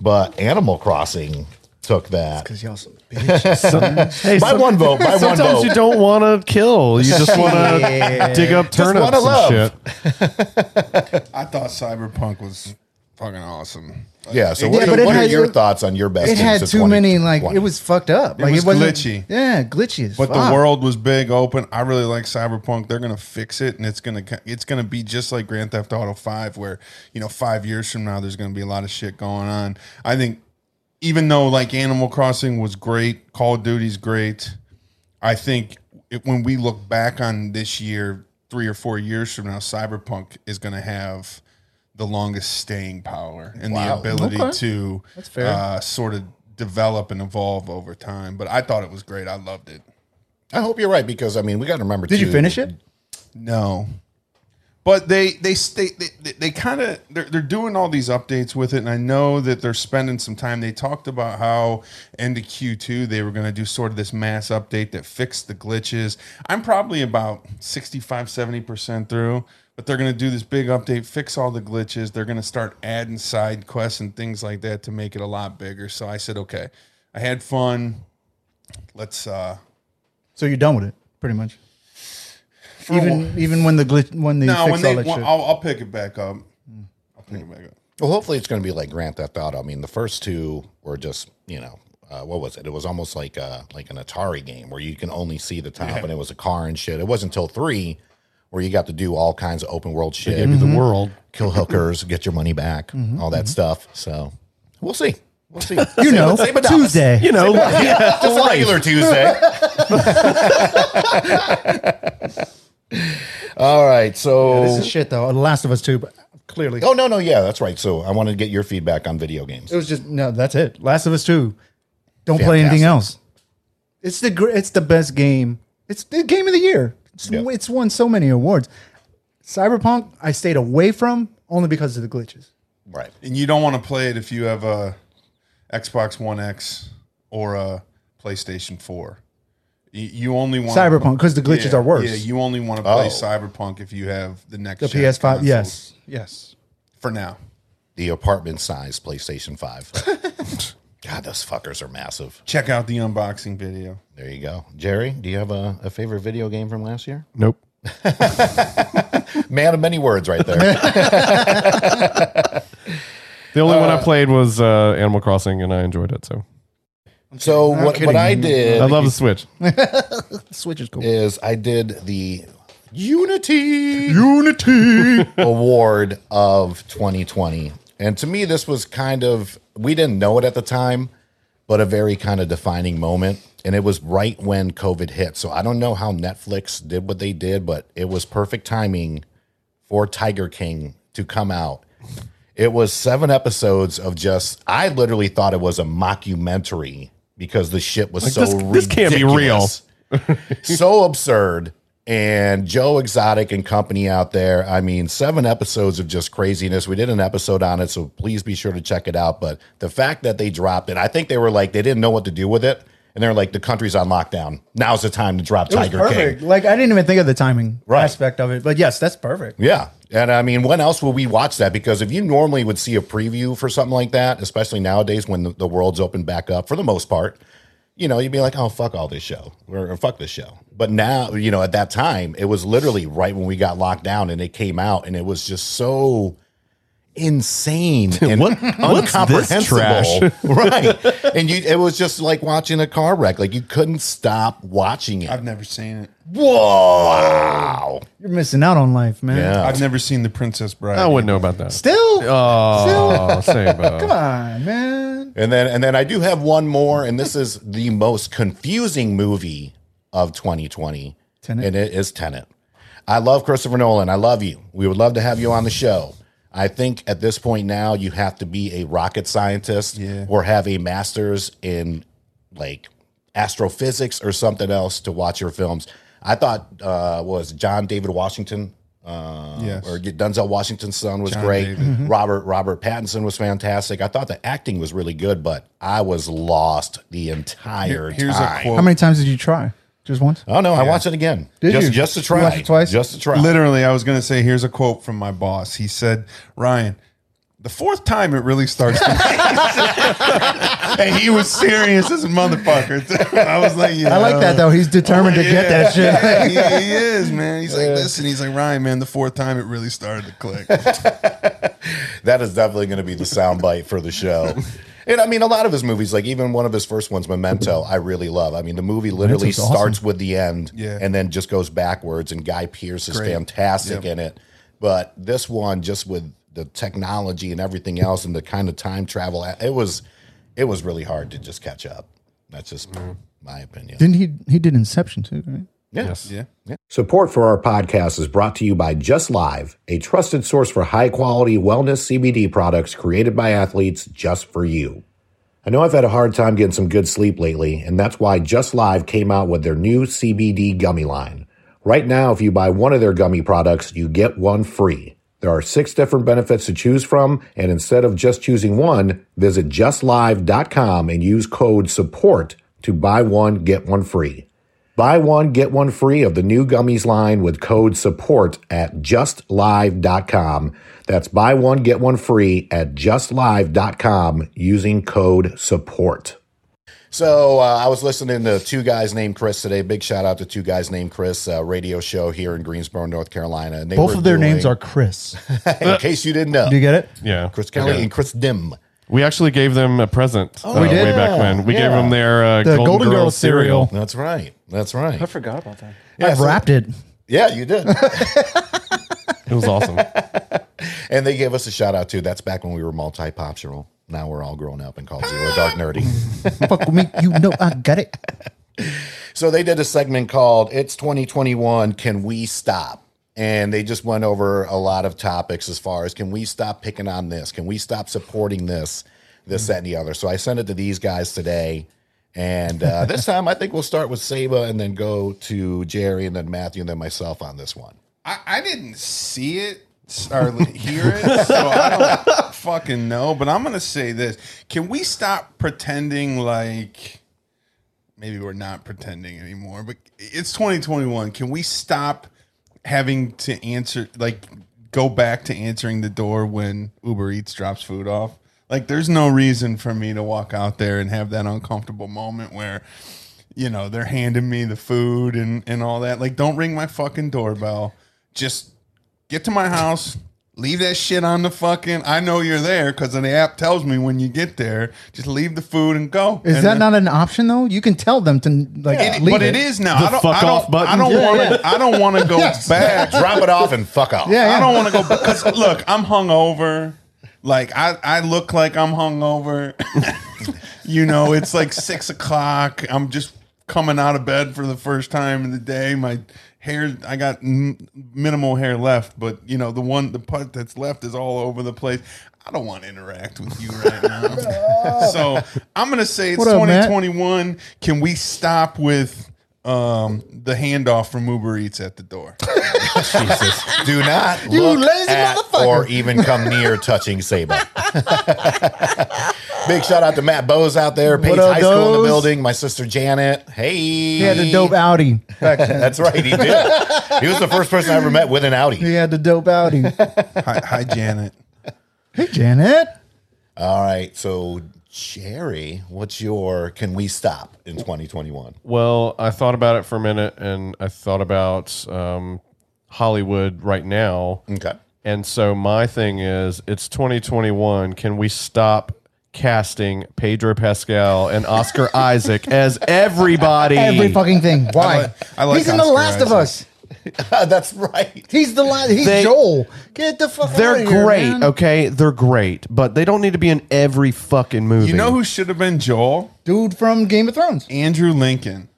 but Animal Crossing took that
Because y'all some bitches.
Hey,
by
some-
one vote. By one
sometimes
vote.
you don't want to kill. You just want to dig up turnips
wanna
and
love.
shit.
I thought Cyberpunk was fucking awesome.
yeah. So
Yeah,
what,
but
are,
it
what are
has-
your thoughts on your best?
it had
games of
too many, like,
2020?
it was fucked up. like,
was
wasn't-
glitchy.
Yeah, glitchy as
But
fuck.
the world was big open. I really like Cyberpunk. They're gonna fix it, and it's gonna ca- it's gonna be just like Grand Theft Auto Five, where you know five years from now there's gonna be a lot of shit going on. I think even though like Animal Crossing was great, Call of Duty's great. I think it, when we look back on this year, three or four years from now, Cyberpunk is gonna have the longest staying power and
Wow.
the ability
Okay.
to
fair.
Uh, sort of develop and evolve over time. But I thought it was great. I loved it.
I hope you're right because I mean we got to remember.
Did you finish it?
No. But they they stay they, they, they kind of they're, they're doing all these updates with it, and I know that they're spending some time. They talked about how end of Q two they were going to do sort of this mass update that fixed the glitches. I'm probably about 65 70 percent through, but they're going to do this big update, fix all the glitches. They're going to start adding side quests and things like that to make it a lot bigger. So I said, okay, I had fun. Let's uh,
So you're done with it, pretty much. Even even when the glitch when they
no
fix
when they
all that
when-
shit. Hmm.
I'll, I'll pick it back up. I'll pick it back up.
Well, hopefully it's going to be like Grand Theft Auto. I mean, the first two were just you know uh, what was it? It was almost like uh like an Atari game where you can only see the top, and it was a car and shit. It wasn't until three where you got to do all kinds of open world shit,
The world.
kill hookers, get your money back, all that stuff. So we'll see. We'll see.
Mm-hmm. you know,
same with us.
Tuesday.
You know, yeah,
Just a regular Tuesday. all right, so
Oh. This is shit though. The Last of Us Two, but clearly.
Oh no, no, yeah, that's right. So I wanted to get your feedback on video games.
It was just no. That's it. Last of Us Two. Don't play
Fantastic.
anything else. It's the gr- it's the best game. It's the game of the year. It's,
Yeah.
it's won so many awards. Cyberpunk, I stayed away from only because of the glitches.
Right.
And you don't want to play it if you have a Xbox One X or a PlayStation 4. You, you only want
Cyberpunk, because the glitches are worse.
Yeah, you only want to play
Oh.
Cyberpunk if you have the next
the
gen
PS5,
consoles
yes, yes.
For now.
The apartment size PlayStation Five. God, those fuckers are massive.
Check out the unboxing video.
There you go, Jerry. Do you have a, a favorite video game from last year?
Nope.
Man of many words, right there.
The only one I played was uh, Animal Crossing, and I enjoyed it. So
so
I'm
what,
kidding.
what I
I
did
love the Switch.
Switch is cool.
is I did the Unity
Unity.
award of 2020. And to me, this was kind of, we didn't know it at the time, but a very kind of defining moment. And it was right when COVID hit. So I don't know how Netflix did what they did, but it was perfect timing for Tiger King to come out. It was seven episodes of just, I literally thought it was a mockumentary because the shit was so
this- this can't be real.
ridiculous so absurd. And Joe Exotic and company out there. I mean, seven episodes of just craziness. We did an episode on it, so please be sure to check it out. But the fact that they dropped it, I think they were like, they didn't know what to do with it. And they're like, the country's on lockdown. Now's the time to drop Tiger King.
Like I didn't even think of the timing
Right.
aspect of it, but yes, that's perfect.
Yeah. And I mean, when else will we watch that? Because if you normally would see a preview for something like that, especially nowadays when the, the world's opened back up for the most part, you know, you'd be like, oh, fuck all this show or, or fuck this show. But now, you know, at that time, it was literally right when we got locked down and it came out and it was just so insane and incomprehensible. right. And you, it was just like watching a car wreck. Like you couldn't stop watching it.
I've never seen it.
Whoa.
You're missing out on life, man.
Yeah.
I've never seen The Princess Bride.
I wouldn't know about that.
Still,
Oh, same. uh,
uh, come on, man.
And then and then I do have one more, and this is the most confusing movie of 2020.
Tenet.
And it is Tenet. I love Christopher Nolan. I love you. We would love to have you on the show. I think at this point now you have to be a rocket scientist
Yeah.
or have a master's in like astrophysics or something else to watch your films. I thought uh was John David Washington uh,
Yes.
or Denzel Washington's son was
John
great.
David.
Robert Robert Pattinson was fantastic. I thought the acting was really good, but I was lost the entire
Here- here's a
time.
quote.
How many times did you try? Just once.
Oh no, I watched it again.
Did
just,
you?
just to
You
try.
watched it twice?
Just to try.
Literally, I was going to say, here's a quote from my boss. He said, Ryan, the fourth time it really starts to matter." And he was serious as a motherfucker. too. I was like, yeah.
I like that though. He's determined to get that shit.
Yeah, he, he is, man. He's like, listen, he's like, Ryan, man, the fourth time it really started to click.
That is definitely going to be the soundbite for the show. And I mean, a lot of his movies, like even one of his first ones, Memento, I really love. I mean, the movie literally
Memento's awesome.
starts with the end
Yeah.
and then just goes backwards. And Guy Pierce is
Great.
fantastic
Yep.
in it. But this one, just with the technology and everything else and the kind of time travel, it was it was really hard to just catch up. That's just my opinion.
Didn't he? He did Inception too, right?
Yes.
Yeah.
Support for our podcast is brought to you by Just Live, a trusted source for high quality wellness CBD products created by athletes just for you. I know I've had a hard time getting some good sleep lately, and that's why Just Live came out with their new CBD gummy line. Right now, if you buy one of their gummy products, you get one free. There are six different benefits to choose from, and instead of just choosing one, visit justlive.com and use code SUPPORT to buy one, get one free. Buy one, get one free of the new gummies line with code SUPPORT at justlive.com. That's buy one, get one free at justlive.com using code SUPPORT. So uh, I was listening to two guys named Chris today. Big shout out to two guys named Chris, uh, radio show here in Greensboro, North Carolina. And they
Both
were
of their names are
doing-
Chris.
in case you didn't know,
Do you get it?
yeah.
Chris Kelly and Chris Dim.
We actually gave them a present uh,
we did?
way back when. We gave
Yeah.
them their uh,
The
Golden,
Golden
Girls
Girls
cereal.
cereal.
That's right. That's right.
forgot about that.
Yeah,
I've
so-
wrapped it.
Yeah, you did.
It was awesome.
and they gave us a shout out too. That's back when we were multi poptural. Now we're all grown up and called Zero Dark Nerdy.
Fuck with me, you know I got it.
So they did a segment called It's 2021, Can We Stop? and they just went over a lot of topics as far as can we stop picking on this? Can we stop supporting this? This, that, and the other. So I sent it to these guys today. And uh, this time I think we'll start with Saba and then go to Jerry and then Matthew and then myself on this one.
I, I didn't see it or li- hear it, so I don't fucking know. But I'm gonna say this: Can we stop pretending like maybe we're not pretending anymore? But it's 2021. Can we stop having to answer like go back to answering the door when Uber Eats drops food off? Like, there's no reason for me to walk out there and have that uncomfortable moment where you know they're handing me the food and and all that like don't ring my fucking doorbell just get to my house leave that shit on the fucking i know you're there because the app tells me when you get there just leave the food and go
Is
And
that
then-
not an option though? You can tell them to like
It-
leave
but it is now.
The
I don't,
fuck
I don't,
off button?
I don't
Yeah,
want to. I don't want to go back.
Drop it off and fuck off.
Yeah, yeah.
I don't want to go because look, I'm hungover. Like I, I look like I'm hungover. you know, it's like six o'clock. I'm just coming out of bed for the first time in the day. My hair, I got m- minimal hair left, but you know, the one, the part that's left is all over the place. I don't want to interact with you right now. so I'm gonna say it's
What up, Matt?
2021. Can we stop with um, the handoff from Uber Eats at the door?
Jesus. Do not
You
look
lazy
at
motherfucker.
or even come near touching Saba. Big shout out to Matt Bowes out there, Paige
up,
High School in the
Bose?
building, my sister Janet. Hey.
He had the dope Audi back then.
That's right, he did. he was the first person I ever met with an
he
Audi.
had the dope Audi.
hi, hi, Janet.
hey Janet,
All right, so Jerry, what's your can we stop in 2021?
Well, I thought about it for a minute, and I thought about um, Hollywood right now.
Okay.
And so my thing is, it's 2021. Can we stop casting Pedro Pascal and Oscar Isaac as everybody?
every fucking thing. Why?
like- I like
he's in the
Oscar
Last of Us.
Isaac.
That's right.
He's the last. He's
They-
Joel. Get the fuck.
They're
outta here,
great,
man.
okay? They're great, but they don't need to be in every fucking movie.
You know who should have been Joel?
dude from Game of Thrones.
Andrew Lincoln.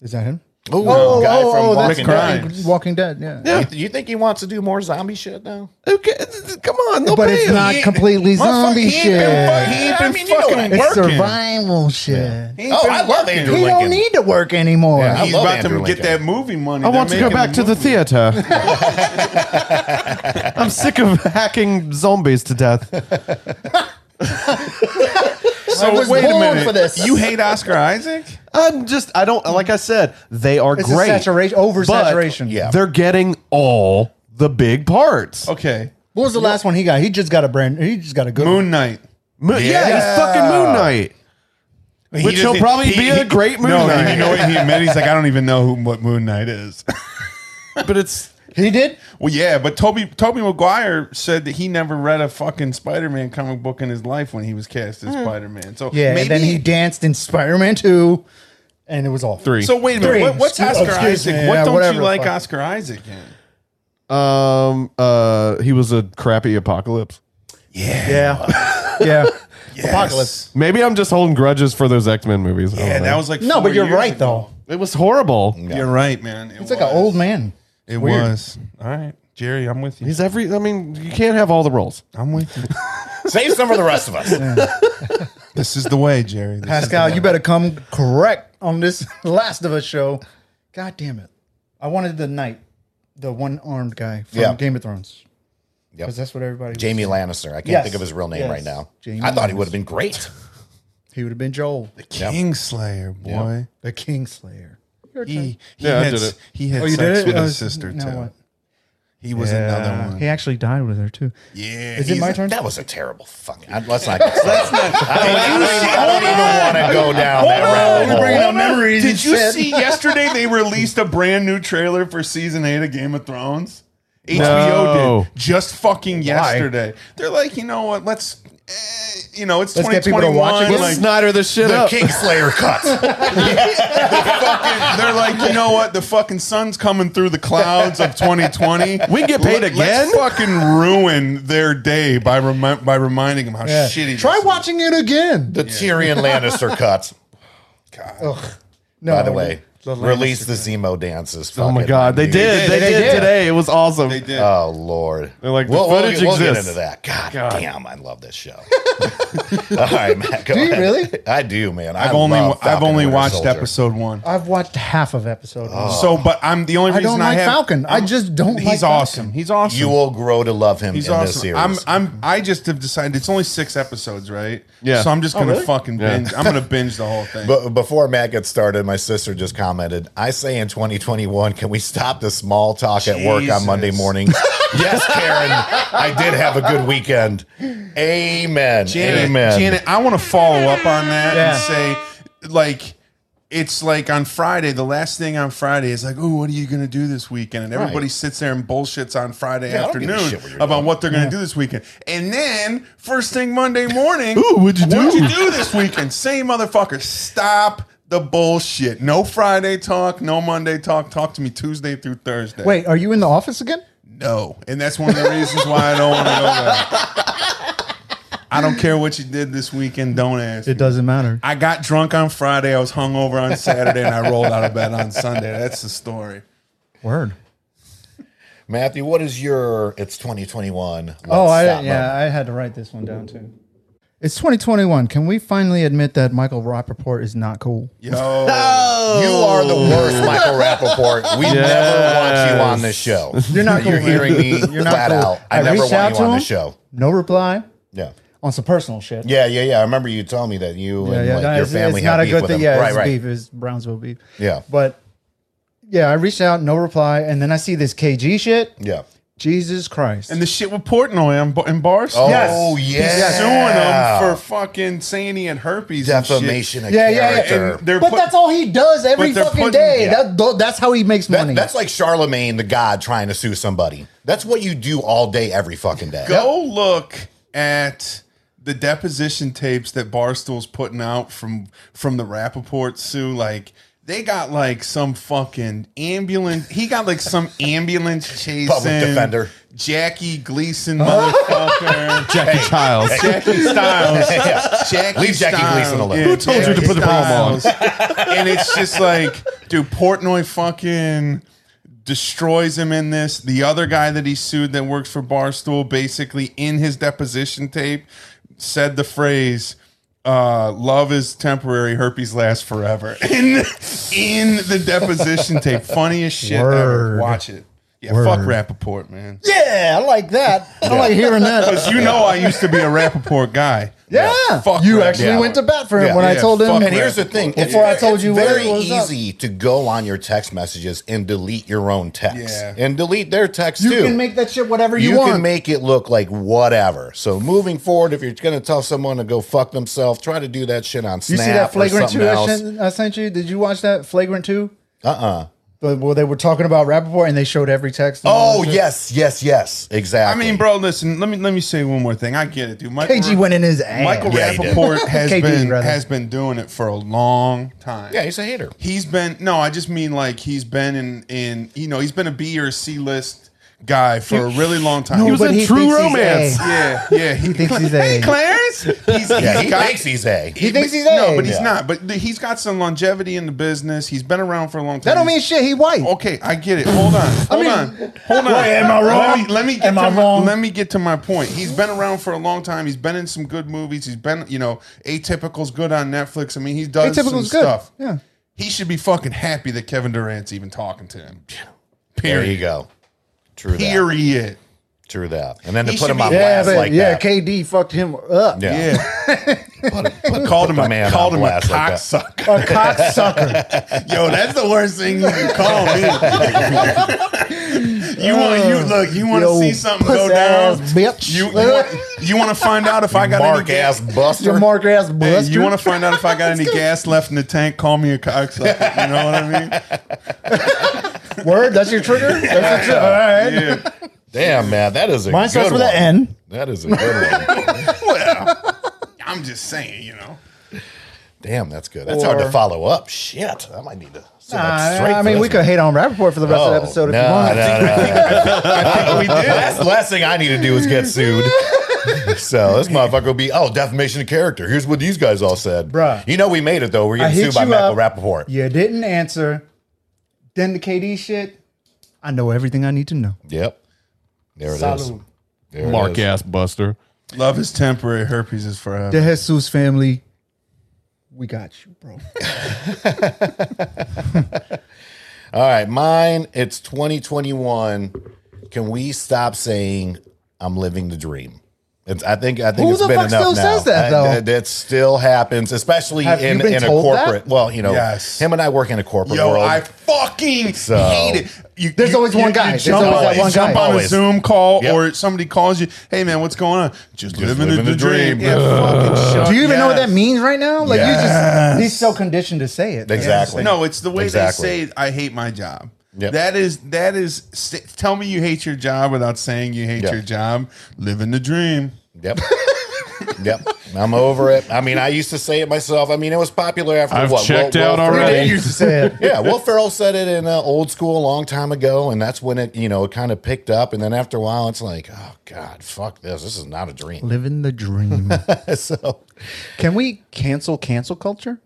Is that him?
Ooh,
Oh,
guy
oh,
from
oh, that's
Walking
right.
Dead.
Grimes.
Walking Dead. Yeah.
Yeah.
You- You think he wants to do more zombie shit now?
Okay, come on, they'll
But
pay
it's
him.
not completely
Motherfucker,
zombie
he ain't been fuck-
shit.
He ain't
I
been
mean, you know
fucking
what?
It's
working.
survival shit.
He ain't
Oh,
been
I love
working.
Andrew
He
Lincoln.
don't need to work anymore.
Yeah,
He's
I love
about to
Andrew
get
Lincoln.
that movie money.
I
They're
want to go
making
back to the
movie.
theater. I'm sick of hacking zombies to death.
So
was
wait a
born
minute.
for this.
You hate Oscar Isaac?
I'm just, I don't, like I said, they are
It's
great.
a saturation, oversaturation.
Yeah.
They're getting all the big parts.
Okay.
What was the last one he got? He just got a brand. He just got a good.
Moon Knight.
Mo- yeah. he's fucking Moon Knight. Which
He
he'll
just-
probably be a great Moon
no,
Knight.
You know what he admitted? He's like, I don't even know who, what Moon Knight is.
But it's,
One. He did.
well, yeah, but Toby Toby Maguire said that he never read a fucking Spider-Man comic book in his life when he was cast as Spider-Man. So
Yeah, and then he danced in Spider-Man Two, and it was all three.
So wait a minute.
Three.
What, what's
Excuse-
Oscar
excuse
Isaac?
me.
what
Yeah,
don't
whatever
you
the
like
fuck.
Oscar Isaac in?
um, uh, he was a crappy apocalypse.
Yeah, yeah. Apocalypse.
Maybe I'm just holding grudges for those X Men movies. I don't
Yeah,
know.
that was like
No,
four
but you're
years
right
ago.
though.
it was horrible.
You're right, man. It
It's like an old man.
It
weird.
was. All right, Jerry, I'm with you.
He's every. I mean, you can't have all the roles.
I'm with you.
Save some for the rest of us.
this is the way, Jerry. This is
Pascal,
the
you
way.
better come correct on this Last of Us show. God damn it! I wanted the knight, the one-armed guy from
Yeah.
Game of Thrones,
Yep.
because that's what everybody.
Jamie Lannister. I can't
Yes.
think of his real name
Yes.
right now.
Jamie
I thought he
Lannister.
would have been great.
He would have been Joel,
Kingslayer, boy.
the Kingslayer.
He, he
Yeah, I
had,
did
s-
it.
He had
Oh, you
sex
did it?
with
Oh,
his
it's-
sister
no,
too.
what?
He was another one.
He actually died with her too.
Yeah.
Is it
he's-
my turn?
That was a terrible fucking. I, let's not. Get let's not. I don't, I don't even want to go down that rabbit hole.
Oh, bringing up memories.
Did you see yesterday they released a brand new trailer for season eight of Game of Thrones? HBO
No.
did just fucking yesterday. They're like, you know what? Let's, eh, you know, it's
Let's get people to
2021.
watch it.
Let's
like,
Snyder this shit
The
up.
Kingslayer cut.
fucking- they're like, you know what? The fucking sun's coming through the clouds of 2020.
We can get paid
Let-
again?
Let's fucking ruin their day by remi- by reminding them how shitty.
Try
this is.
watching it again.
The Tyrion Lannister cuts. God.
No,
By the way, Release the Zemo dances.
Oh my
fucking
god, they
dude.
did. They, did, today. It was awesome.
They did.
Oh lord.
They're like, the
we'll, we'll-
footage
we'll get
exists.
into that. God,
God.
damn, I love this show. All right, Matt. Go
Do you
ahead.
really?
I do, man. I
I've only
love
I've
Falcon
only
and Winter
watched
Soldier. Uh,
episode one.
I've watched half of episode
Oh.
one.
So, but I'm the only
I
reason
don't like
have,
Falcon. I just don't
He's
like Falcon.
awesome. He's awesome.
You will grow to love him
He's
in
awesome.
this series.
I'm I'm I just have decided it's only six episodes, right?
Yeah.
So I'm just
Oh,
gonna
really?
fucking
Yeah.
binge. I'm gonna binge the whole thing.
But before Matt gets started, my sister just commented, I say in 2021, can we stop the small talk at work on
Jesus.
Monday morning? yes, Karen, I did have a good weekend. Amen.
Janet,
Amen.
Janet, I want to follow up on that
Yeah.
and say, like, it's like on Friday, the last thing on Friday is like, oh, what are you going to do this weekend? And everybody
Right.
sits there and bullshits on Friday
Yeah, I don't give a
afternoon
shit what you're
about
doing.
what they're going to do this weekend. And then, first thing Monday morning,
Ooh, what'd you
What'd
do?
you do this weekend? Same motherfucker. Stop the bullshit. No Friday talk, no Monday talk. Talk to me Tuesday through Thursday.
Wait, are you in the office again?
No. And that's one of the reasons why I don't want to go back. I don't care what you did this weekend. Don't ask.
It
me.
doesn't matter.
I got drunk on Friday. I was hungover on Saturday, and I rolled out of bed on Sunday. That's the story.
Word.
Matthew, what is your it's 2021? Let's
Oh, I,
stop
yeah,
moment?
I had to write this one down too. It's 2021. Can we finally admit that Michael Rappaport is not cool?
Yo,
You are the worst, Michael Rappaport. We never want you on this show.
You're not cool.
You're
man.
hearing me
You're not
flat
cool.
out. I,
I
never
reached out
want
to
you on
him.
the show.
No reply
Yeah.
on some personal shit.
Yeah, yeah, yeah. I remember you telling me that you and like, your
no, it's-
family
it's
had
not
beef
a good
with
thing.
him.
Yeah,
right,
it's
right.
beef. It's Brownsville beef.
Yeah.
but yeah, I reached out, no reply, and then I see this KG shit.
Yeah.
Jesus Christ!
and the shit with Portnoy on and Bars.
Oh,
He's
yeah.
suing him for fucking saying he had herpes. and shit.
defamation of
yeah, yeah,
character.
yeah.
they're
but
put-
that's all he does every
but they're
fucking
putting-
day.
yeah.
That, that's how he makes
That-
money.
that's like Charlemagne the God trying to sue somebody. That's what you do all day, every fucking day.
Go look at the deposition tapes that Barstool's putting out from from the Rappaport Sue. Like they got like some fucking ambulance. He got like some ambulance chasing
defender.
Jackie Gleason motherfucker.
Jackie Childs.
Jackie Styles. Jackie
Leave Jackie
Styles.
Gleason alone.
Yeah,
Who
told you to
Jackie
put the bomb on?
Styles. and it's just like, dude, Portnoy fucking destroys him in this. The other guy that he sued that works for Barstool basically in his deposition tape said the phrase, uh, love is temporary, herpes lasts forever. In in the deposition tape. Funniest shit ever.
Word.
Watch it. Yeah, fuck Rappaport, man.
yeah, I like that. I like hearing that.
Because you know I used to be a Rappaport guy.
Yeah,
Fuck
you
Rappaport.
actually
Yeah.
went to bat for him
Yeah.
when I
Yeah,
told him.
fuck
And here's the thing: it's
Before I told
it's
you what
very
it was up.
easy to go on your text messages and delete your own text
Yeah.
and delete their text
you
too.
can make that shit whatever you,
you
want.
can make it look like whatever. So moving forward, if you're going to tell someone to go fuck themselves, try to do that shit on Snap
you see that
or
flagrant two
something
I
else.
sent, I sent you? Did you watch that flagrant two?
Uh uh
But well, they were talking about Rappaport and they showed every text. and all
Oh
that shit.
yes, yes, yes,
I
exactly.
mean, bro, listen. Let me let me say one more thing. I get it, dude. Michael,
KG went in his ass.
Michael
Yeah, he did.
Rappaport has
KD,
been
rather.
has been doing it for a long time.
yeah, he's a hater.
he's been. No, I just mean like he's been in in you know he's been a B or a C list guy for a really long time.
he was
but
in
he
True
thinks he's
Romance.
A.
yeah, yeah. He,
thinks he's
hey,
a-
Clarence. He's,
Yeah,
he's
he
got-
thinks he's a.
He thinks he's
No,
A.
but he's
Yeah.
not. But th- he's got some longevity in the business. He's been around for a long time.
That don't
He's- Oh,
mean shit. He white.
Okay, I get it. Hold on. Hold
mean-
on. Hold on.
am I
Let
wrong?
me, let me get
Am
to
I
my,
wrong?
Let me get to my point. He's been around for a long time. He's been in some good movies. He's been, you know, Atypical's good on Netflix. I mean, he does some
Atypical's good.
stuff.
Yeah.
He should be fucking happy that Kevin Durant's even talking to him.
There you
Period.
go. True that.
Period.
True that. And then to
He
put
should
him
be-
on
Yeah,
blast
but
like
yeah,
that.
KD fucked him up.
yeah.
Yeah.
Put, put-
Called him
the
a
man
called
on
him a
blast like that.
cocksucker.
A cocksucker.
Yo, that's the worst thing you can call me. you want you look, you want to
Yo,
see something
puss
go down.
ass bitch.
You you want, you want to find out if I got
Mark
any
ass
Your
buster.
mark ass
Hey,
buster.
you want to find out if I got any gas left in the tank? Call me a cocksucker. You know what I mean?
word? That's your trigger. That's your trigger. All right.
Yeah.
Damn, man, that is a
Mine starts
good
with
one.
an N.
That is a good one.
Well, I'm just saying, you know.
Damn, that's good. That's hard to
Or-
follow up. Shit, I might need to. sit
Nah,
up straight
I
for
mean,
this
we could
one.
hate on Rappaport for the rest of
Oh,
the episode if
no,
you want.
no, no, no.
I think we
That's
did.
the last thing I need to do is get sued. so this motherfucker will be, oh, defamation of character. Here's what these guys all said.
Bruh.
You know we made it, though. We're
I
getting
hit
sued by
you
Michael
up.
Rappaport.
You didn't answer. Then the KD shit. I know everything I need to know.
Yep. There it is.
Salud.
There it
Mark
is.
ass buster.
Love is temporary, herpes is
The
forever.
Jesus family, we got you, bro.
All right, mine. It's 2021. Can we stop saying I'm living the dream? It's, I think I think
Who
it's
the
been
fuck
enough
still
now.
says that,
I-
though?
that- that still happens, especially
Have you
in,
been
in a
told
corporate. Well, you know,
Yes.
him and I work in a corporate
Yo,
world.
I fucking
So-
hate it. You,
There's always one guy. There's
jump
always
on,
that one
you jump
guy.
on a
Always.
Zoom call
Yep.
or somebody calls you, hey man, what's going on? Just, living,
living
the,
the
dream.
dream.
Yeah, fucking shut-
Do you even know what
Yes.
that means right now? Like you just he's so conditioned to say it.
exactly.
No, it's the way
Exactly.
they say I hate my job.
Yep.
That is that is st- tell me you hate your job without saying you hate
Yeah.
your job. Living the dream.
Yep. yep. I'm over it. I mean, I used to say it myself. I mean, it was popular after
I've
what?
checked out
Ferrell-
already.
You just say it.
yeah, Will Ferrell said it in uh, old school a long time ago, and that's when it, you know, it kind of picked up. And then after a while, it's like, oh God, fuck this. This is not a dream.
Living the dream.
so
Can we cancel cancel culture?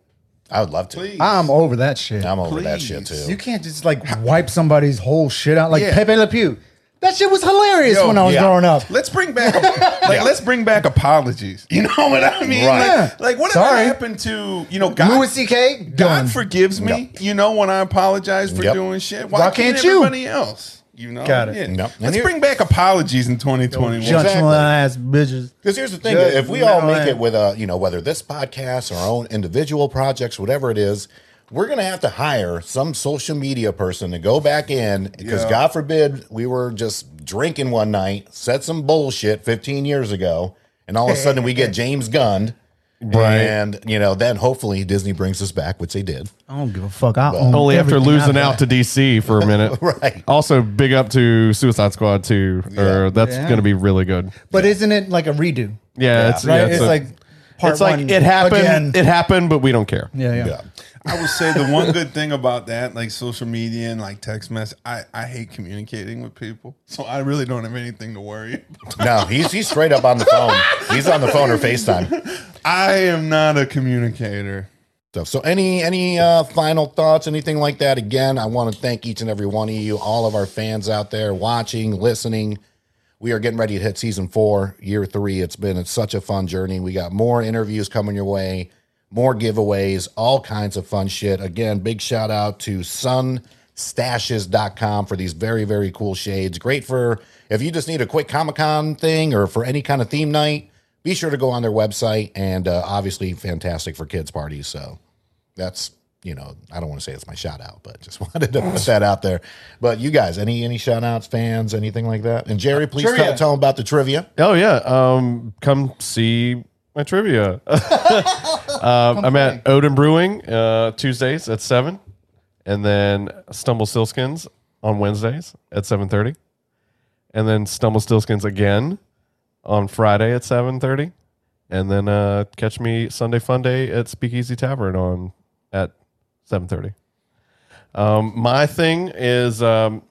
I would love to.
I'm over that shit.
I'm over that shit
Please.
too.
You can't just like wipe somebody's whole shit out like
Yeah.
Pepe Le Pew. That shit was hilarious
Yo,
when I was
yeah.
growing up.
Let's bring back like let's bring back apologies. You know what I mean?
Right.
Yeah.
Like, like whatever
Sorry.
happened to you know God?
Louis C.K. done.
God forgives me. You know when I apologize for
Yep.
doing shit. Why,
Why
can't,
can't you?
everybody else? You know.
Got it.
Yeah.
Yep. And
Let's
here-
bring back apologies in 2021.
Judgmental
Exactly.
ass bitches.
Because here's the thing:
Judge
if we all
no
make
end.
it with a, you know, whether this podcast, our own individual projects, whatever it is, we're gonna have to hire some social media person to go back in because,
Yeah.
God forbid, we were just drinking one night, said some bullshit 15 years ago, and all of a sudden we get James Gunn. And you know, then hopefully Disney brings us back, which they did.
I don't give a fuck. I own
Only after
everything
losing
I've
out to DC for a minute.
Right.
Also, big up to Suicide Squad too. Or that's
Yeah.
going to be really good.
got. But isn't it like a redo?
Yeah, it's
Right?
yeah,
it's
a-
like part
it's like
one
it happened.
again.
It happened, but we don't care.
yeah, yeah.
Yeah.
I will say the one good thing about that, like social media and like text message, I, I hate communicating with people. So I really don't have anything to worry about.
No, he's he's straight up on the phone. He's on the phone or FaceTime.
I am not a communicator.
stuff. So any any uh, final thoughts, anything like that? Again, I want to thank each and every one of you, all of our fans out there watching, listening. We are getting ready to hit season four, year three. It's been it's such a fun journey. We got more interviews coming your way, more giveaways, all kinds of fun shit. Again, big shout out to sunstashes.com for these very, very cool shades. Great for if you just need a quick Comic Con thing or for any kind of theme night, be sure to go on their website and uh, obviously fantastic for kids' parties. So that's you know i don't want to say it's my shout out but just wanted to put that out there but you guys any any shout outs fans anything like that and jerry please tell, tell them about the trivia
Oh yeah. Um, come see my trivia. uh, I'm at Odin Brewing uh, Tuesdays at seven, and then Stumble Stillskins on Wednesdays at seven thirty, and then Stumble Stillskins again on Friday at seven thirty, and then uh, catch me Sunday Fun Day at Speakeasy Tavern on at seven thirty. Um, my thing is um,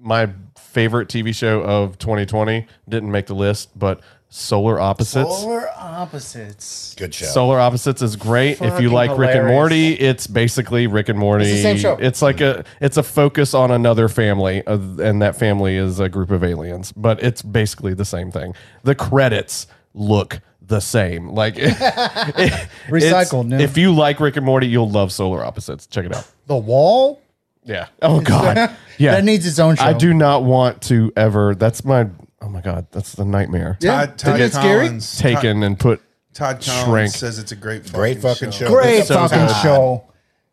my favorite TV show of 2020 didn't make the list, but Solar Opposites. Solar,
opposites.
good show
Opposites is great. If you
Fucking
like Rick and
hilarious.
Morty, it's basically Rick and Morty.
It's the same show.
It's like a it's a focus on another family, uh, and that family is a group of aliens, but it's basically the same thing. The credits look the same. Like it- it's-
Recycled, yeah.
If you like Rick and Morty, you'll love Solar Opposites. Check it out.
The wall.
Yeah. Oh God. Yeah.
uh, That needs its own show.
I do not want to ever. That's my. Oh my God. That's the nightmare.
Yeah.
Todd, Todd
Isn't it scary?
Collins,
Taken and put.
Todd, Todd Collins
Shrink.
says it's a great fucking
great fucking show,
Great
This is
fucking
awesome.
show.